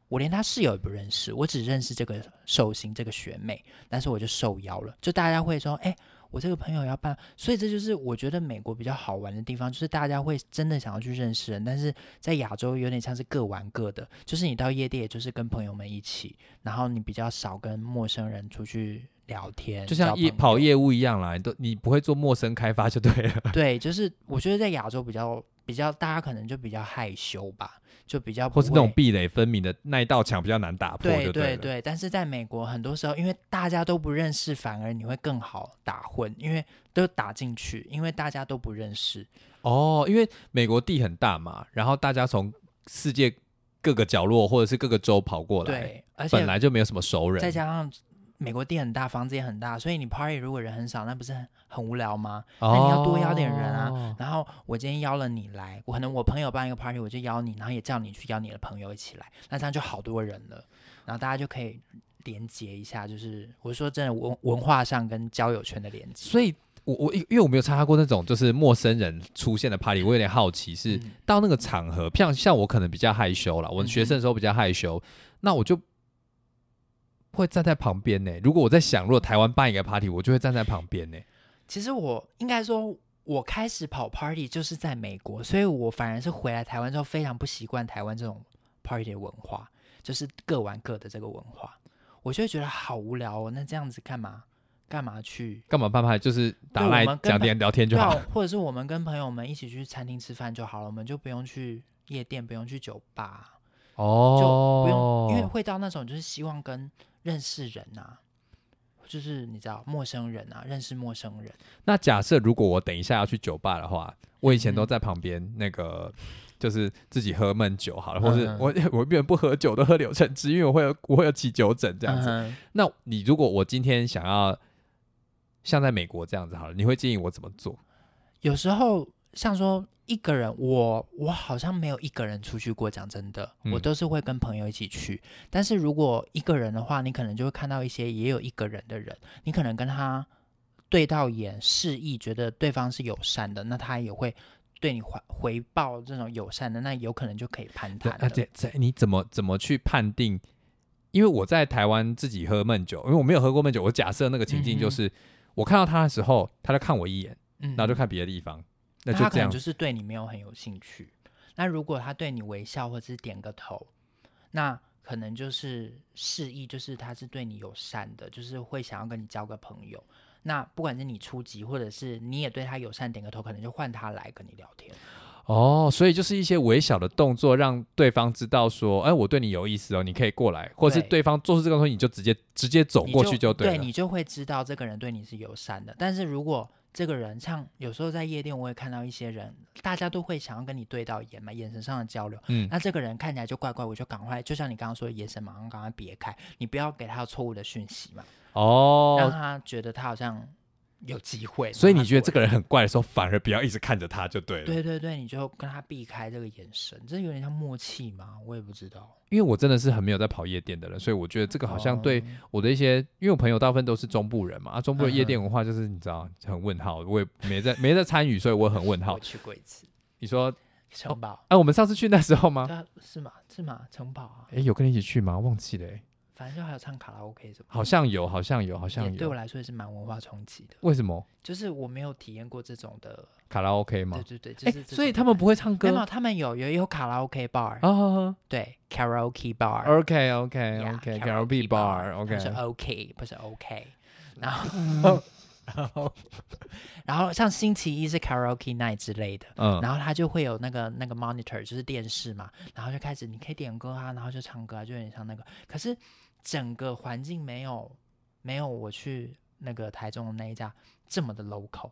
我连她室友也不认识，我只认识这个寿星这个学妹，但是我就受邀了，就大家会说，哎、我这个朋友要办，所以这就是我觉得美国比较好玩的地方，就是大家会真的想要去认识人，但是在亚洲有点像是各玩各的，就是你到夜店也就是跟朋友们一起，然后你比较少跟陌生人出去聊天，就像交业朋跑友业务一样啦，你都你不会做陌生开发就对了，对，就是我觉得在亚洲比较比较，大家可能就比较害羞吧，就比较不或是那种会壁垒分明的那一道墙比较难打破，对就对了。对，但是在美国，很多时候因为大家都不认识，反而你会更好打混，因为都打进去，因为大家都不认识。哦，因为美国地很大嘛，然后大家从世界各个角落或者是各个州跑过来，对，而本且来就没有什么熟人，再加上美国地很大，房子也很大，所以你 party 如果人很少，那不是很很无聊吗？那你要多邀点人啊哦然后我今天邀了你来，我可能我朋友办一个 party，我就邀你，然后也叫你去邀你的朋友一起来，那这样就好多人了，然后大家就可以连接一下，就是我说真的文文化上跟交友圈的连接。所以我我因因为我没有参加过那种就是陌生人出现的 party，我有点好奇是、嗯到那个场合，像像我可能比较害羞啦，我嗯哼学生的时候比较害羞，那我就会站在旁边呢、如果我在想，如果台湾办一个 party，我就会站在旁边呢、其实我应该说，我开始跑 party 就是在美国，所以我反而是回来台湾之后非常不习惯台湾这种 party 的文化，就是各玩各的这个文化，我就会觉得好无聊哦。那这样子干嘛？干嘛去？干嘛怕怕？就是打对来我们根讲本天聊天就对啊好。，或者是我们跟朋友们一起去餐厅吃饭就好了，我们就不用去夜店，不用去酒吧，哦，不用，因为会到那种就是希望跟认识人啊，就是你知道陌生人啊，认识陌生人，那假设如果我等一下要去酒吧的话，我以前嗯都在旁边那个。就是自己喝闷酒好了，或是嗯我我 永远不喝酒，都喝柳橙汁，因为我会有我会有起酒疹这样子。嗯哼那你如果我今天想要像在美国这样子好了，你会建议我怎么做？有时候像说一个人，我我好像没有一个人出去过，讲真的，嗯我都是会跟朋友一起去。但是如果一个人的话，你可能就会看到一些也有一个人的人，你可能跟他对到眼，示意觉得对方是友善的，那他也会。对你回回报这种友善的，那有可能就可以攀谈那了。这这你怎么怎么去判定？因为我在台湾自己喝闷酒，因为我没有喝过闷酒，我假设那个情境就是、我看到他的时候，他就看我一眼，嗯然后就看别的地方，那就他这可能样就。是对你没有很有兴趣。那如果他对你微笑或者是点个头，那可能就是示意，就是他是对你友善的，就是会想要跟你交个朋友。那不管是你出击，或者是你也对他友善点个头，可能就换他来跟你聊天。哦，所以就是一些微小的动作，让对方知道说，哎、我对你有意思哦，你可以过来，或是对对方做出这个东西，你就直接直接走过去你就对了。你就会知道这个人对你是友善的。但是如果这个人像有时候在夜店，我也看到一些人，大家都会想要跟你对到眼嘛，眼神上的交流。嗯那这个人看起来就怪怪，我就赶快，就像你刚刚说的，眼神马上赶快别开，你不要给他有错误的讯息嘛，让哦，他觉得他好像有机会。所以你觉得这个？个人很怪的时候，反而不要一直看着他就对了。对对对，你就跟他避开这个眼神，这有点像默契嘛，我也不知道。因为我真的是很没有在跑夜店的人，所以我觉得这个好像对哦我的一些，因为我朋友大部分都是中部人嘛，啊，中部的嗯夜店文化就是你知道很问号，我也没在没在参与，所以我很问我 号。去过一次你说，城堡，哎、我们上次去那时候吗？对啊，是吗？是吗？城堡啊，哎、有跟你一起去吗？忘记了、哎反正就还有唱卡拉 OK 什么的。好像有，好像有，好像也对我有。来说也是蛮文化冲击的，为什么就是我没有体验过这种的，卡拉 OK 吗对？对对，就哎、是、所以他们不会唱没有，歌他们有有有卡拉 OK bar，、啊对 karaoke bar， ？OK OK Yeah, OK karaoke Karaoke Bar 他们是 OK OK 不是 OK，然嗯 后然后然后像星期一是 karaoke night 之类的。嗯然后他就会有那个那个 monitor，就是电视嘛，然后就开始你可以点歌啊，然后就唱歌啊，就有点像那个。可是整个环境没有没有我去那个台中的那一家这么的 local，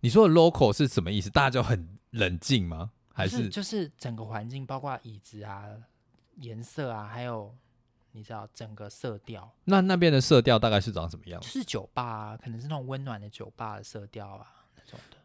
你说的 local 是什么意思？大家就很冷静吗？还就是是就是整个环境，包括椅子啊、颜色啊，还有你知道整个色调，那那边的色调大概是长什么样就？是酒吧啊，可能是那种温暖的酒吧的色调啊那种的，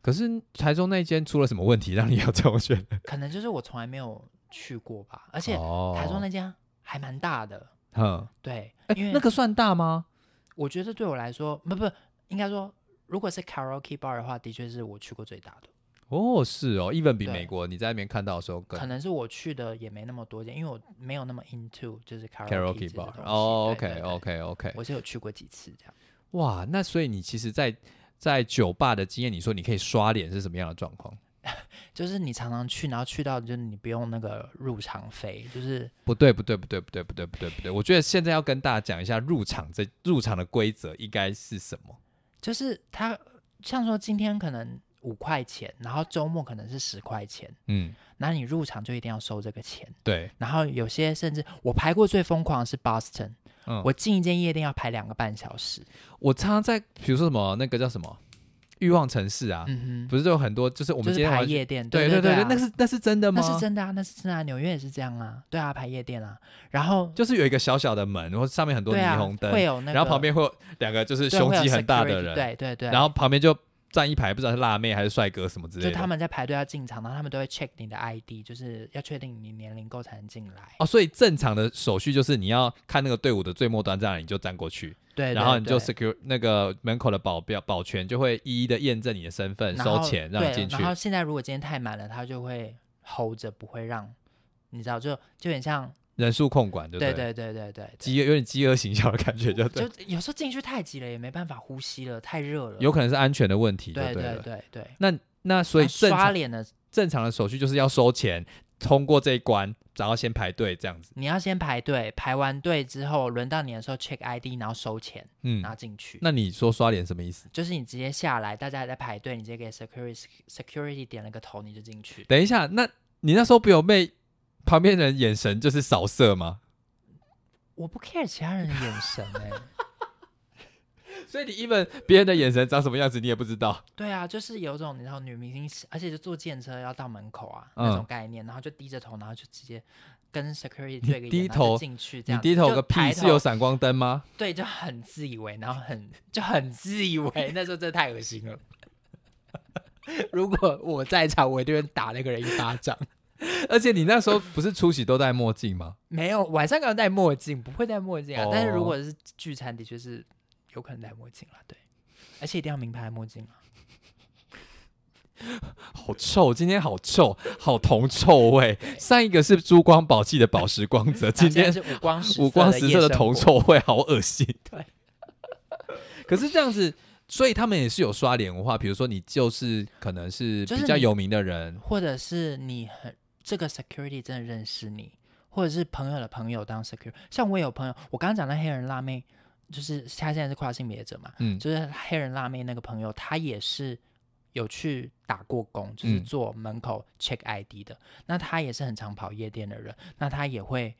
可是台中那间出了什么问题，让你要这么选？可能就是我从来没有去过吧。而而且台中那家还蛮大的，哼，对，哎因为那个算大吗？我觉得对我来说，不不，应该说如果是 karaoke bar 的话，的确是我去过最大的，哦，是哦，even 比对美国你在那边看到的时候更可能是我去的也没那么多间，因为我没有那么 into 就是 karaoke karaoke 这个 bar 东西哦对，OK 对对 OK OK，我是有去过几次这样。哇，那所以你其实在在酒吧的经验，你说你可以刷脸是什么样的状况？就是你常常去，然后去到就是你不用那个入场费，就是不对，不对，不对，不对，不对，不对，不对！我觉得现在要跟大家讲一下入场这入场的规则应该是什么？就是他像说今天可能五块钱，然后周末可能是十块钱，嗯，那你入场就一定要收这个钱。对，然后有些甚至我排过最疯狂的是 Boston，、嗯，我进一间夜店要排两个半小时。我常常在比如说什么那个叫什么欲望城市啊，嗯哼，不是就有很多就是我们就今是天排晚上夜店，对对对，啊那是那是真的吗？那是真的啊，那是真的啊，纽约也是这样啊，对啊，排夜店啊，然后就是有一个小小的门，然后上面很多对霓啊虹灯，会有那个，然后旁边会有两个就是对胸会有肌很大 security，的人，对对对，然后旁边就站一排，不知道是辣妹还是帅哥什么之类就的。他们在排队要进场，然后他们都会 check 你的 ID，就是要确定你年龄够才能进来。哦，所以正常的手续就是你要看那个队伍的最末端在哪里，你就站过去，对，然后你就对 secure 那个门口的保镖保全就会一一的验证你的身份，然收后钱让你对进去然。后现在如果今天太满了，他就会 hold 着，不会让你知道，就就很像人数控管，对不对对？对对对对，饥饿有点饥饿营销的感觉，就对就有时候进去太急了，也没办法呼吸了，太热了。有可能是安全的问题，就对对对了。对对，那那所以啊正刷常脸的正常的手续就是要收钱，通过这一关，然后先排队这样子。你要先排队，排完队之后，轮到你的时候 check ID，然后收钱，嗯然，后进去。那你说刷脸什么意思？就是你直接下来，大家还在排队，你直接给 security security 点了个头，你就进去。等一下，那你那时候不有被旁边人眼神就是扫射吗？ 我不 care 其他人的眼神哎、所以你 even 别人的眼神长什么样子你也不知道。 对啊，就是有种你知道女明星，而且就坐电车要到门口啊、嗯那种概念，然后就低着头，然后就直接跟 security 对个眼，低然后就头进去这你样子，低头就个屁抬是头有闪光灯吗？对，就很自以为，然后很就很自以为，那时候真的太恶心了。 如果我在场，我一定会打那个人一巴掌。 而且你那时候不是出席都戴墨镜吗？ 没有，晚上可能戴墨镜，不会戴墨镜啊。但是哦如果是聚餐，的确是有可能戴墨镜了，对。而且一定要名牌墨镜啊。好臭，今天好臭，好铜臭味。上一个是珠光宝气的宝石光 泽，今然天后现在是五光十五光的十夜色的生铜活臭味，好恶心。对， 可是这样子，所以他们也是有刷脸文化。比如说，你就是可能是就是比较你有名的人，或者是你很这个 security 真的认识你，或者是朋友的朋友当 security。像我有朋友，我刚刚讲的黑人辣妹，就是她现在是跨性别者嘛，嗯就是黑人辣妹那个朋友，她也是有去打过工，就是嗯做门口 check ID 的。那她也是很常跑夜店的人，那她也会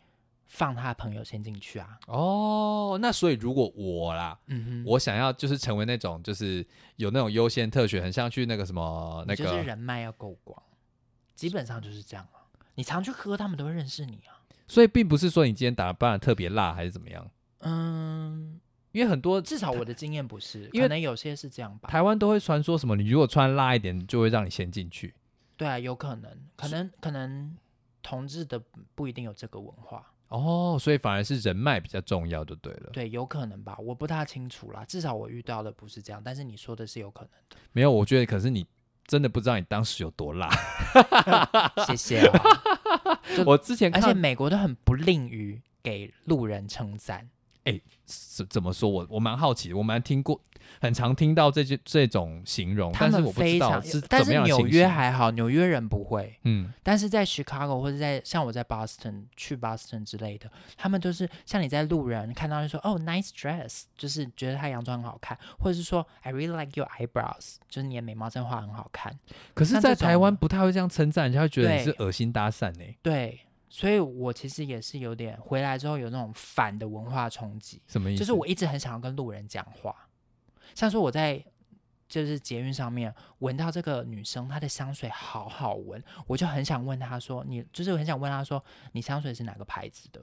放她的朋友先进去啊。哦，那所以如果我啦，嗯哼，我想要就是成为那种就是有那种优先特权，很像去那个什么那你就是个，人脉要够广，基本上就是这样啊。你常去喝，他们都会认识你啊。所以并不是说你今天打扮的特别辣还是怎么样，嗯，因为很多至少我的经验不是，因为可能有些是这样吧。台湾都会传说什么，你如果穿辣一点，就会让你先进去。对啊，有可能，可能可能同志的不一定有这个文化，哦，所以反而是人脉比较重要，就对了。对，有可能吧，我不大清楚啦。至少我遇到的不是这样，但是你说的是有可没有，我觉得可是你真的不知道你当时有多辣。 能。谢谢、啊。 就我之前而且看，美国都很不吝于给路人称赞，怎怎么说我我蛮好奇的，我蛮听过，很常听到这句这种形容，他但是们我不知非道常是，但怎么是样的纽情约形还好，纽约人不会。嗯但是在 Chicago 或者在像我在 Boston 去 Boston 之类的，他们都是像你在路人看到就说哦 nice dress，就是觉得他洋装很好看，或者是说 I really like your eyebrows，就是你的眉毛真的画很好看。可是，像在这种台湾呢不太会这样称赞，人家会觉得你是对恶心搭讪欸呢、对，所以我其实也是有点回来之后有那种反的文化冲击，什么意思？就是我一直很想要跟路人讲话，像说我在。就是捷运上面闻到这个女生她的香水好好闻，我就很想问她说，你就是我很想问她说，你香水是哪个牌子的？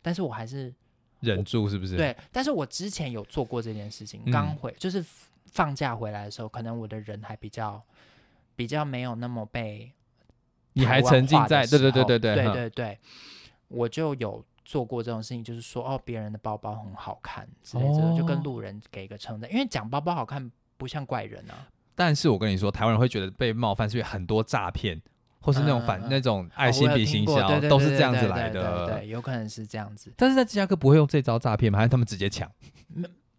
但是我还是忍住是不是？，对，但是我之前有做过这件事情，刚嗯回、就是放假回来的时候，可能我的人还比较比较没有那么被你还台湾沉浸化的在对对时候对对嗯对对对哼对我就有做过这种事情，就是说哦，别人的包包很好看之类之类的，就哦跟路人给一个称赞，因为讲包包好看不像怪人啊，但是我跟你说，台湾人会觉得被冒犯，是因为很多诈骗，或是那种反、嗯嗯嗯那种哦爱我心有比听行过销，啊对对都对是对这样子对来对的。对对，有可能是这样子，但是在芝加哥不会用这招诈骗吗？还是他们直接抢？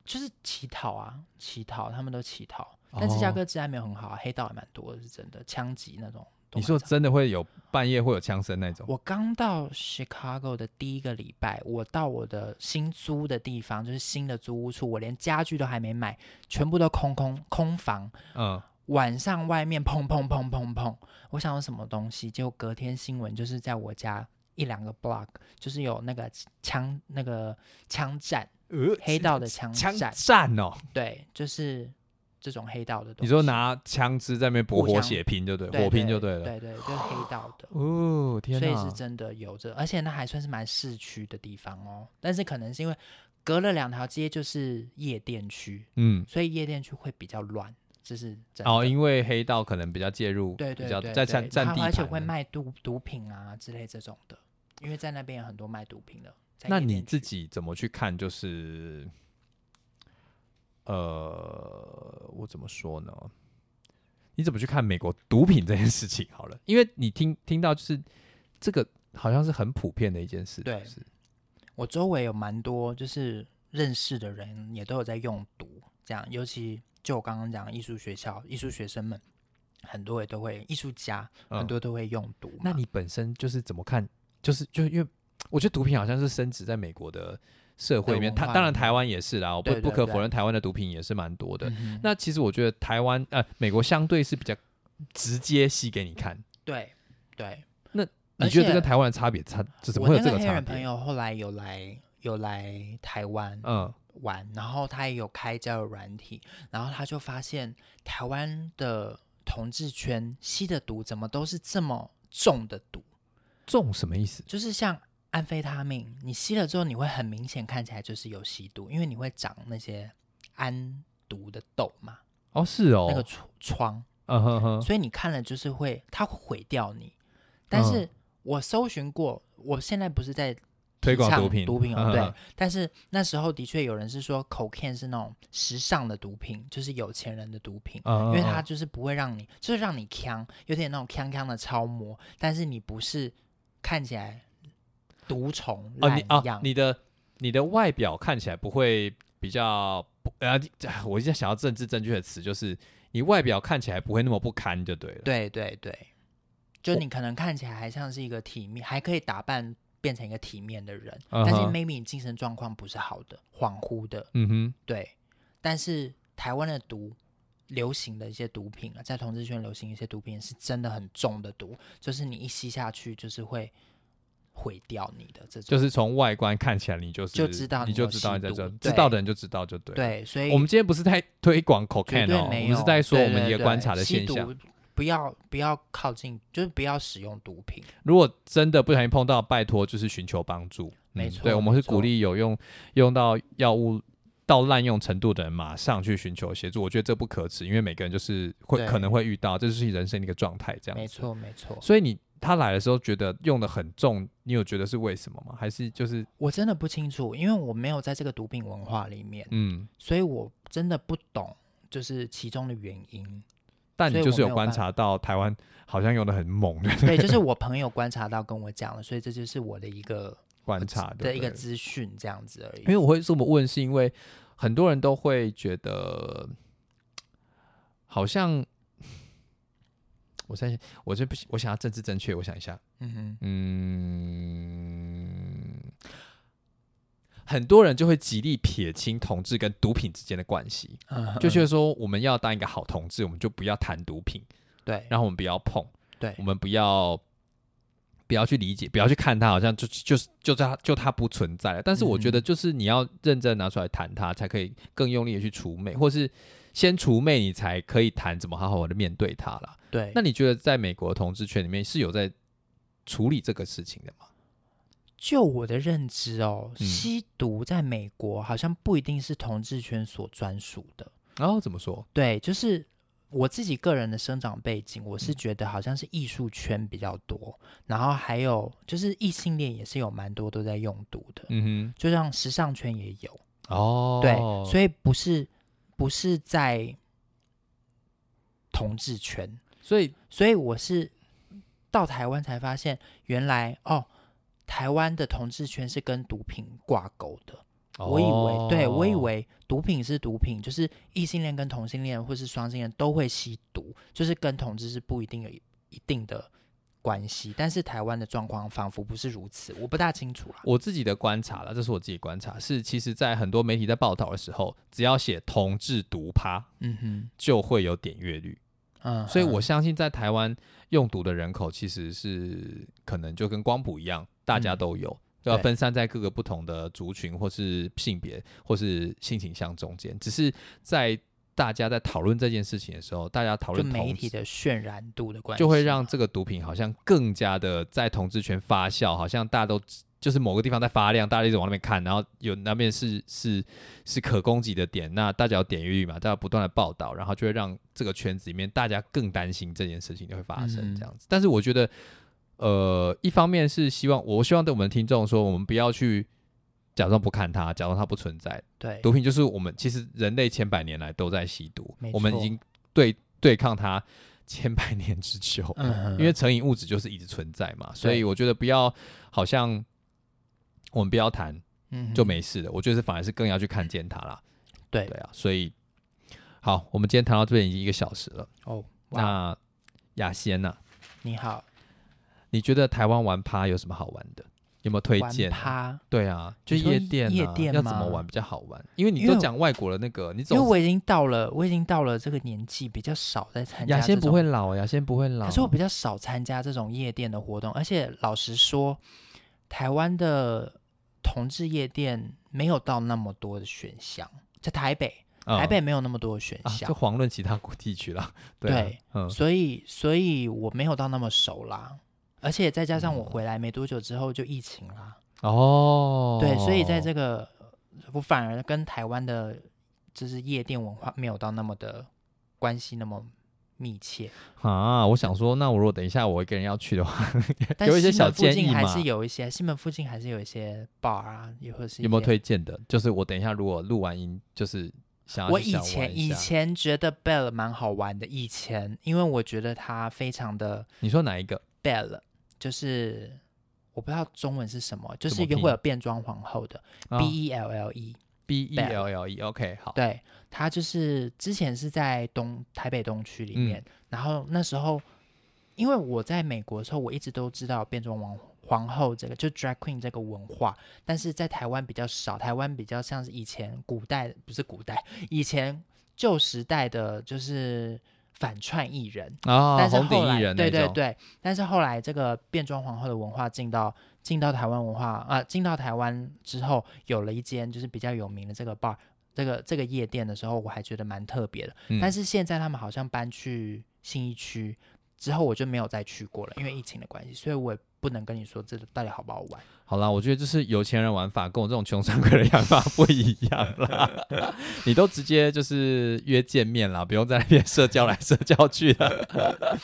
就是乞讨啊，乞讨，他们都乞讨。但芝加哦哥治安没有很好啊，黑道也蛮多的，是真的，枪击那种都你蛮说常真的会有半夜会有枪声那种？啊我刚到 Chicago 的第一个礼拜，我到我的新租的地方，就是新的租屋处，我连家具都还没买，全部都空空空房。嗯，晚上外面砰砰砰砰砰，我想有什么东西，结果隔天新闻就是在我家一两个 block，就是有那个枪那个枪战，呃黑道的枪枪战，战哦！对，就是这种黑道的东西。你说拿枪支在那边搏互火相血拼就对，对火拼就对了。对对，就是黑道的。哦，天所以哪是！真的有着，而且那还算是蛮市区的地方哦。但是可能是因为隔了两条街就是夜店区，嗯，所以夜店区会比较乱，这是真的。哦，因为黑道可能比较介入，对对比较对对，在占占然地后盘而的。且会卖毒毒品啊之类这种的，因为在那边有很多卖毒品的。在那夜你店自区己怎么去看？就是，呃，我怎么说呢？你怎么去看美国毒品这件事情？好了，因为你听听到就是这个好像是很普遍的一件事，对是我周围有蛮多就是认识的人也都有在用毒，这样，尤其就我刚刚讲的艺术学校艺术学生们，很多也都会艺术家，嗯很多都会用毒嘛。那你本身就是怎么看？就是就因为我觉得毒品好像是升值在美国的社会里面，的文它化当然台湾也是啦，我不对对不可否对认台湾的毒品也是蛮多的。嗯哼那其实我觉得台湾呃美国相对是比较直接吸给你看，对对，你而觉得这且跟台湾的差别差这怎么我会那有这个个黑差人朋别？友后来有来有来台湾嗯玩，然后他也有开交友软体，然后他就发现台湾的同志圈吸的毒怎么都是这么重的毒，重什么意思？就是像安非他命，你吸了之后你会很明显看起来就是有吸毒，因为你会长那些安毒的痘嘛，哦，是哦，那个疮疮，嗯哼哼，所以你看了就是会它会毁掉你。嗯但是我搜寻过，我现在不是在推广提倡毒品，毒品嗯哦，对嗯。但是那时候的确有人是说，cocaine 是那种时尚的毒品，就是有钱人的毒品，嗯，因嗯为它嗯就是不会让你，就是让你呛，有点那种呛呛的超模，但是你不是看起来毒虫哦烂你啊样，你的你的外表看起来不会比较不呃，啊我一直想要政治正确的词，就是你外表看起来不会那么不堪就对了。对对对，就你可能看起来还像是一个体面，还可以打扮变成一个体面的人，嗯哼，但是 maybe 你精神状况不是好的，恍惚的，嗯哼，对，但是台湾的毒流行的一些毒品啊，在同志圈流行一些毒品是真的很重的毒，就是你一吸下去就是会毁掉你的这种。就是从外观看起来你就是就知道你你就有知道吸你在毒这，对知道的人就知道就对。，对，所以我们今天不是在推广 cocaine 绝对哦，没我有，们是在说对我们对一个对观察的现。吸象。毒不要不要靠近，就是不要使用毒品。如果真的不小心碰到，拜托就是寻求帮助。嗯没错对我们是没错鼓励有用用到药物到滥用程度的人，马上去寻求协助。我觉得这不可耻，因为每个人就是会对可能会遇到，这就是人生的一个状态这样。没。错，没错。所以你他来的时候觉得用的很重，你有觉得是为什么吗？还是就是我真的不清楚，因为我没有在这个毒品文化里面，嗯？所以我真的不懂，就是其中的原 因。但你所以就是我有没有观办察到台湾好像用的很猛的对，就是我朋友观察到跟我讲了，所以这就是我的一个观察对不的一个对资讯这样子而已。因为我会这么问，是因为很多人都会觉得，好像我在我这不行，我想要政治正确，我想一下，嗯哼，嗯，很多人就会极力撇清同志跟毒品之间的关系，嗯就觉嗯得说我们要当一个好同志，我们就不要谈毒品，对然后我们不要碰，对我们不要。不要去理解，不要去看它，好像就就是就它就它不存在了。但是我觉得，就是你要认真拿出来谈它，才可以更用力的去除魅，或是先除魅，你才可以谈怎么好好的面对它啦。对。那你觉得在美国的同志圈里面是有在处理这个事情的吗？就我的认知哦，嗯吸毒在美国好像不一定是同志圈所专属的。然哦后怎么说？对，就是我自己个人的生长背景，我嗯是觉得好像是艺术圈比较多，然后还有就是异性恋也是有蛮多都在用毒的，嗯就像时尚圈也有，哼，哦，对，所以不是不是在同志圈，所以所以我是到台湾才发现，原来哦，台湾的同志圈是跟毒品挂钩的。哦我以为，对我以为毒品是毒品，就是异性恋跟同性恋或是双性恋都会吸毒，就是跟同志是不一定有一定的关系。但是台湾的状况仿佛不是如此，我不大清楚啦。我自己的观察了，这是我自己观察，是其实在很多媒体在报道的时候，只要写同志毒趴，嗯哼，就会有点阅率。嗯，所以我嗯相信，在台湾用毒的人口其实是可能就跟光谱一样，大家嗯都有，要、对分散在各个不同的族群，或是性别，或是性倾向中间。只是在大家在讨论这件事情的时候，大家讨就论媒同体志，的渲染度的关系嘛，就会让这个毒品好像更加的在同志圈发酵，好像大家都就是某个地方在发亮，大家一直往那边看，然后有那边是是是可供给的点，那大家有点阅率嘛，大家不断的报道，然后就会让这个圈子里面大家更担心这件事情就会发生嗯这样子。但是我觉得，呃，一方面是希望我希望对我们的听众说，我们不要去假装不看它，假装它不存在。对毒品就是我们其实人类千百年来都在吸毒没，错我们已经对对抗它千百年之久。嗯因为成瘾物质就是一直存在嘛，所以我觉得不要好像我们不要谈嗯就没事了，我觉得反而是更要去看见它啦。对对啊，所以好，我们今天谈到这边已经一个小时了，哦，哇，那雅仙呐、你好，你觉得台湾玩趴有什么好玩的？有没有推玩荐？啊趴，对啊，就你说夜店、啊，夜店要怎吗么玩比较好玩？因为你因为都讲外国的那个，你因为总我已经到了，我已经到了这个年纪，比较少在参加。雅仙不会，老，雅仙不会老。可是我比较少参加这种夜店的活动，而且老实说，台湾的同志夜店没有到那么多的选项，在台北，嗯台北没有那么多的选啊，项就，遑论其他国地区 了。啊对嗯，所以所以我没有到那么熟啦。而且再加上我嗯回来没多久之后就疫情啦，哦，对，所以在这个我反而跟台湾的，就是夜店文化没有到那么的关系那么密切，啊，我想说，那我如果等一下我一个人要去的话，但有一些西小门附建近议还嘛是有一些，西门附近还是有一些 bar 啊，也或是一有没有些？推荐的？就是我等一下如果录完音，就是想要我去以想前玩一以下前觉得 Bell 蛮好玩的，以前因为我觉得它非常的你说哪一个？ Bell，就是我不知道中文是什么，就怎是么一个拼会有变装皇后的、啊 B E L L E， B E L L E，OK，好，对，它就是之前是在东台北东区里面，然后那时候因为我在美国的时候，我一直都知道变装王皇后这个就 drag queen 这个文化，但是在台湾比较少，台湾比较像是以前古代不是古代，以前旧时代的就是反串艺人。啊，但是红后顶来艺，人那对对种，对，但是后来这个变装皇后的文化进到进到台湾文化啊、呃进到台湾之后，有了一间就是比较有名的这个 bar，这个这个夜店的时候，我还觉得蛮特别的。嗯但是现在他们好像搬去信义区之后，我就没有再去过了，因为疫情的关系，所以我也不能跟你说这个到底好不好玩。好啦，我觉得就是有钱人玩法跟我这种穷酸鬼的玩法不一样啦。你都直接就是约见面啦，不用在那边社交来社交去了。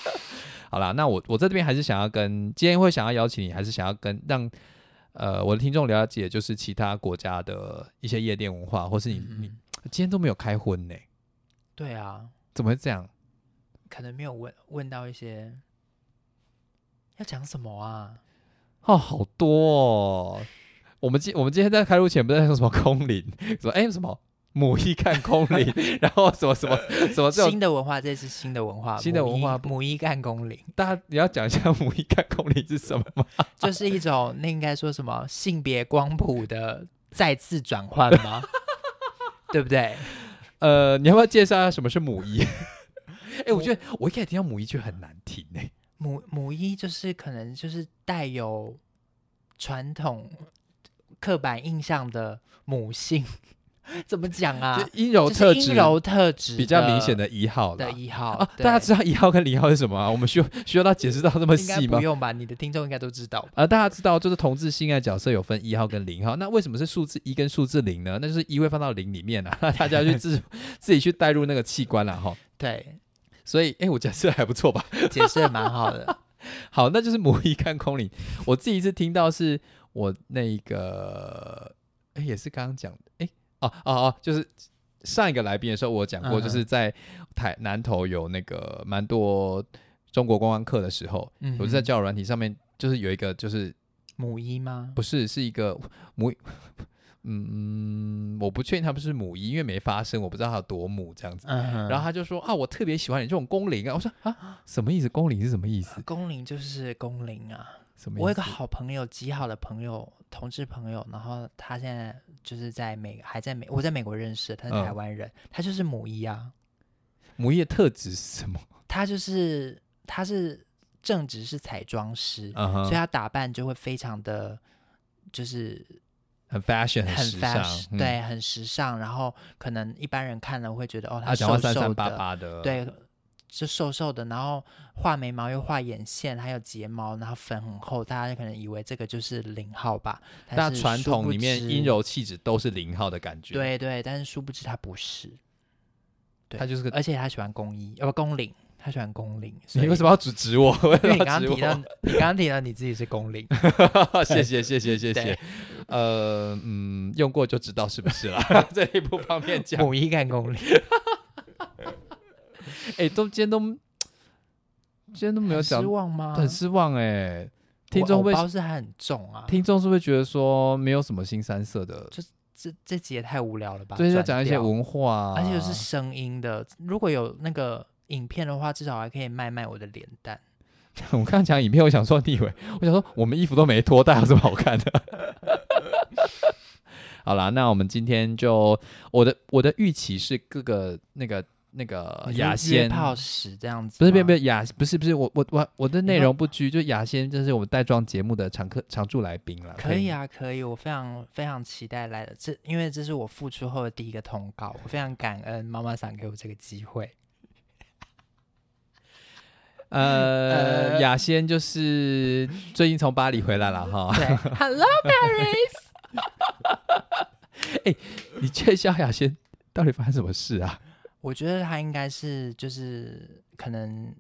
好啦，那我我在这边还是想要跟今天会想要邀请你，还是想要跟让呃我的听众了解，就是其他国家的一些夜店文化，或是你、你嗯今天都没有开荤呢、对啊，怎么会这样？可能没有问问到一些要讲什么啊？哦，好多哦。我们今我们今天在开录前不是在说什么空灵， 说哎、什么母一看空 灵，然后什么什么什哦么这种新的文化，这是新的文化，新的母文一化母一干工龄。大家你要讲一下母一看空灵是什么 吗？就是一种那应该说什么性别光谱的再次转换吗？对不对？呃，你要不要介绍一下什么是母 一？哎、我觉得我一开始听到母一就很难听呢、母母一就是可能就是带有传统刻板印象的母性，怎么讲啊就？阴柔就是特质阴柔特质比较明显的的一号啦的一号啊，大家对知道一号跟零号是什么吗、我们需要需要到解释到这么应该细吗不？用吧？你的听众应该都知道吧？呃，大家知道，就是同志性爱角色有分一号跟零号，那为什么是数字一跟数字零呢？那就是一会放到零里面啊， 那大家去 自自己去带入那个器官了哈。对，所以，哎、我解释得还不错吧？解释的蛮好的。好，那就是母一看空灵。我自己是听到是我那个，哎、也是刚刚讲的，哎、哦哦哦，就是上一个来宾的时候我讲过，嗯就是在台南头有那个蛮多中国观光客的时候，嗯我就在交友软体上面，就是有一个就是母一吗？不是，是一个母， 嗯，我不确定他们是母一，因为没发生，我不知道他有多母这样子。嗯哼，然后他就说啊，我特别喜欢你这种工龄啊。我说啊，什么意思？工龄是什么意思？工龄就是工龄啊。什么意思？我有一个好朋友，极好的朋友，同志朋友，然后他现在就是在美，还在美，我在美国认识的，他是嗯台湾人，他就是母一啊，母业特质是什么？他就是他是正职是彩妆师，嗯所以哼，他打扮就会非常的，就是很 fashion，很时尚 fashion，、，嗯对，很时尚，然后可能一般人看了会觉得哦，他他啊讲瘦话三瘦三八的，八的，，对，就瘦瘦的，然后画眉毛又画眼线，还有睫毛，然后粉很厚，大家可能以为这个就是零号吧。但大家是传殊统不里面知阴，柔气质都是零号的感觉，，对对，但是殊不知他不是，对他就是个。而且他喜欢公一，呃不公领，他喜欢公领。你为什么么？要指指我？ 为什么因为你要刚指刚提到我，你刚刚提到你自己是公领， 谢谢谢谢谢谢对。呃，嗯，用过就知道是不是 啦，这里不方便讲。母一干公领，哎、都今天都今天都没有很讲失，望吗？很失望哎、听我众会偶不包会是还很重啊，听众是不是觉得说没有什么新三色的？这这集也太无聊了吧？最近在转讲一些掉文化啊、而且又是声音的。如果有那个影片的话，至少还可以卖卖我的脸蛋。 我刚刚讲影片，我想说你以为，我想说我们衣服都没脱，带有什么好看的？ 好啦，那我们今天就我的我的预期是各个那个那个你说雅哦约仙炮史这样子吗，不是，不是，不是是雅，不是，不是，我我我我的内容不拘，就雅仙，这是我们带妆节目的常客常驻来宾了。可以，啊，可以，我非常非常期待来的，这因为这是我复出后的第一个通告，我非常感恩妈妈桑给我这个 机会。呃，雅仙就是最近从巴黎回来了 哈。对，Hello Paris，你确肖雅仙到底发生什么事啊？我觉得他应该是就是可能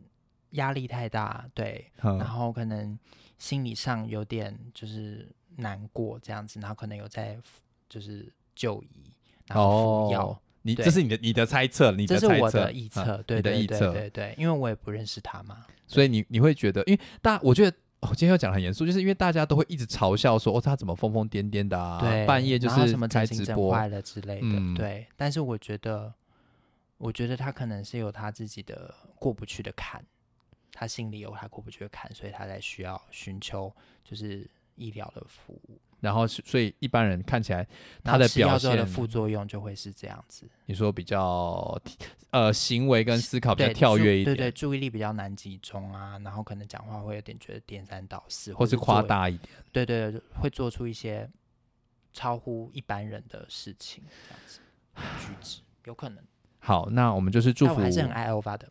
压力太大，对，然嗯，后可能心理上有点就是难过这样子，然后可能有在服就是就医，然后服药。哦你对这是你的你的猜测，你这的是猜我测的，臆嗯测，对你的对臆对测对对，因为我也不认识他嘛。所以你你会觉得，因为大，我觉得。哦，今天要讲得很严肃，就是因为大家都会一直嘲笑说，哦，他怎么疯疯癫癫的啊？对，半夜就然后是什么开整直形整播，坏了之类的，嗯对。但是我觉得，我觉得他可能是有他自己的过不去的坎，他心里有他过不去的坎，所以他才需要寻求就是医疗的服务。然后是所以一般人看起来然他后的吃药表之后的现副作用就会是这样子，你说比较呃行为跟思考比较对，跳注跃一点，对对，注意力比较难集中啊，然后可能讲话会有点觉得颠三倒四，或是夸做，大一点。对对对，会做出一些超乎一般人的事情，这样子举止有可能。好，那我们就是祝但福我还是很爱欧巴的。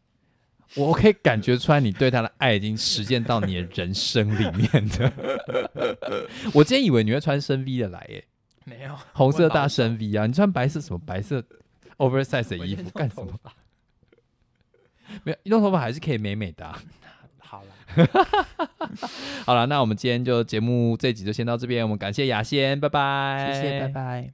我我可以感觉出来，你对他的爱已经实践到你的人生里面的。 我今天以为你会穿深 V 的来耶，没有红色大深 V 啊，你穿白色什么白色 oversize 的衣服干什么？？ 没有弄头发还是可以美美的啊、好了，好了，那我们今天就节目这集就先到这边，我们感谢雅仙，拜拜，哎谢谢，拜。拜。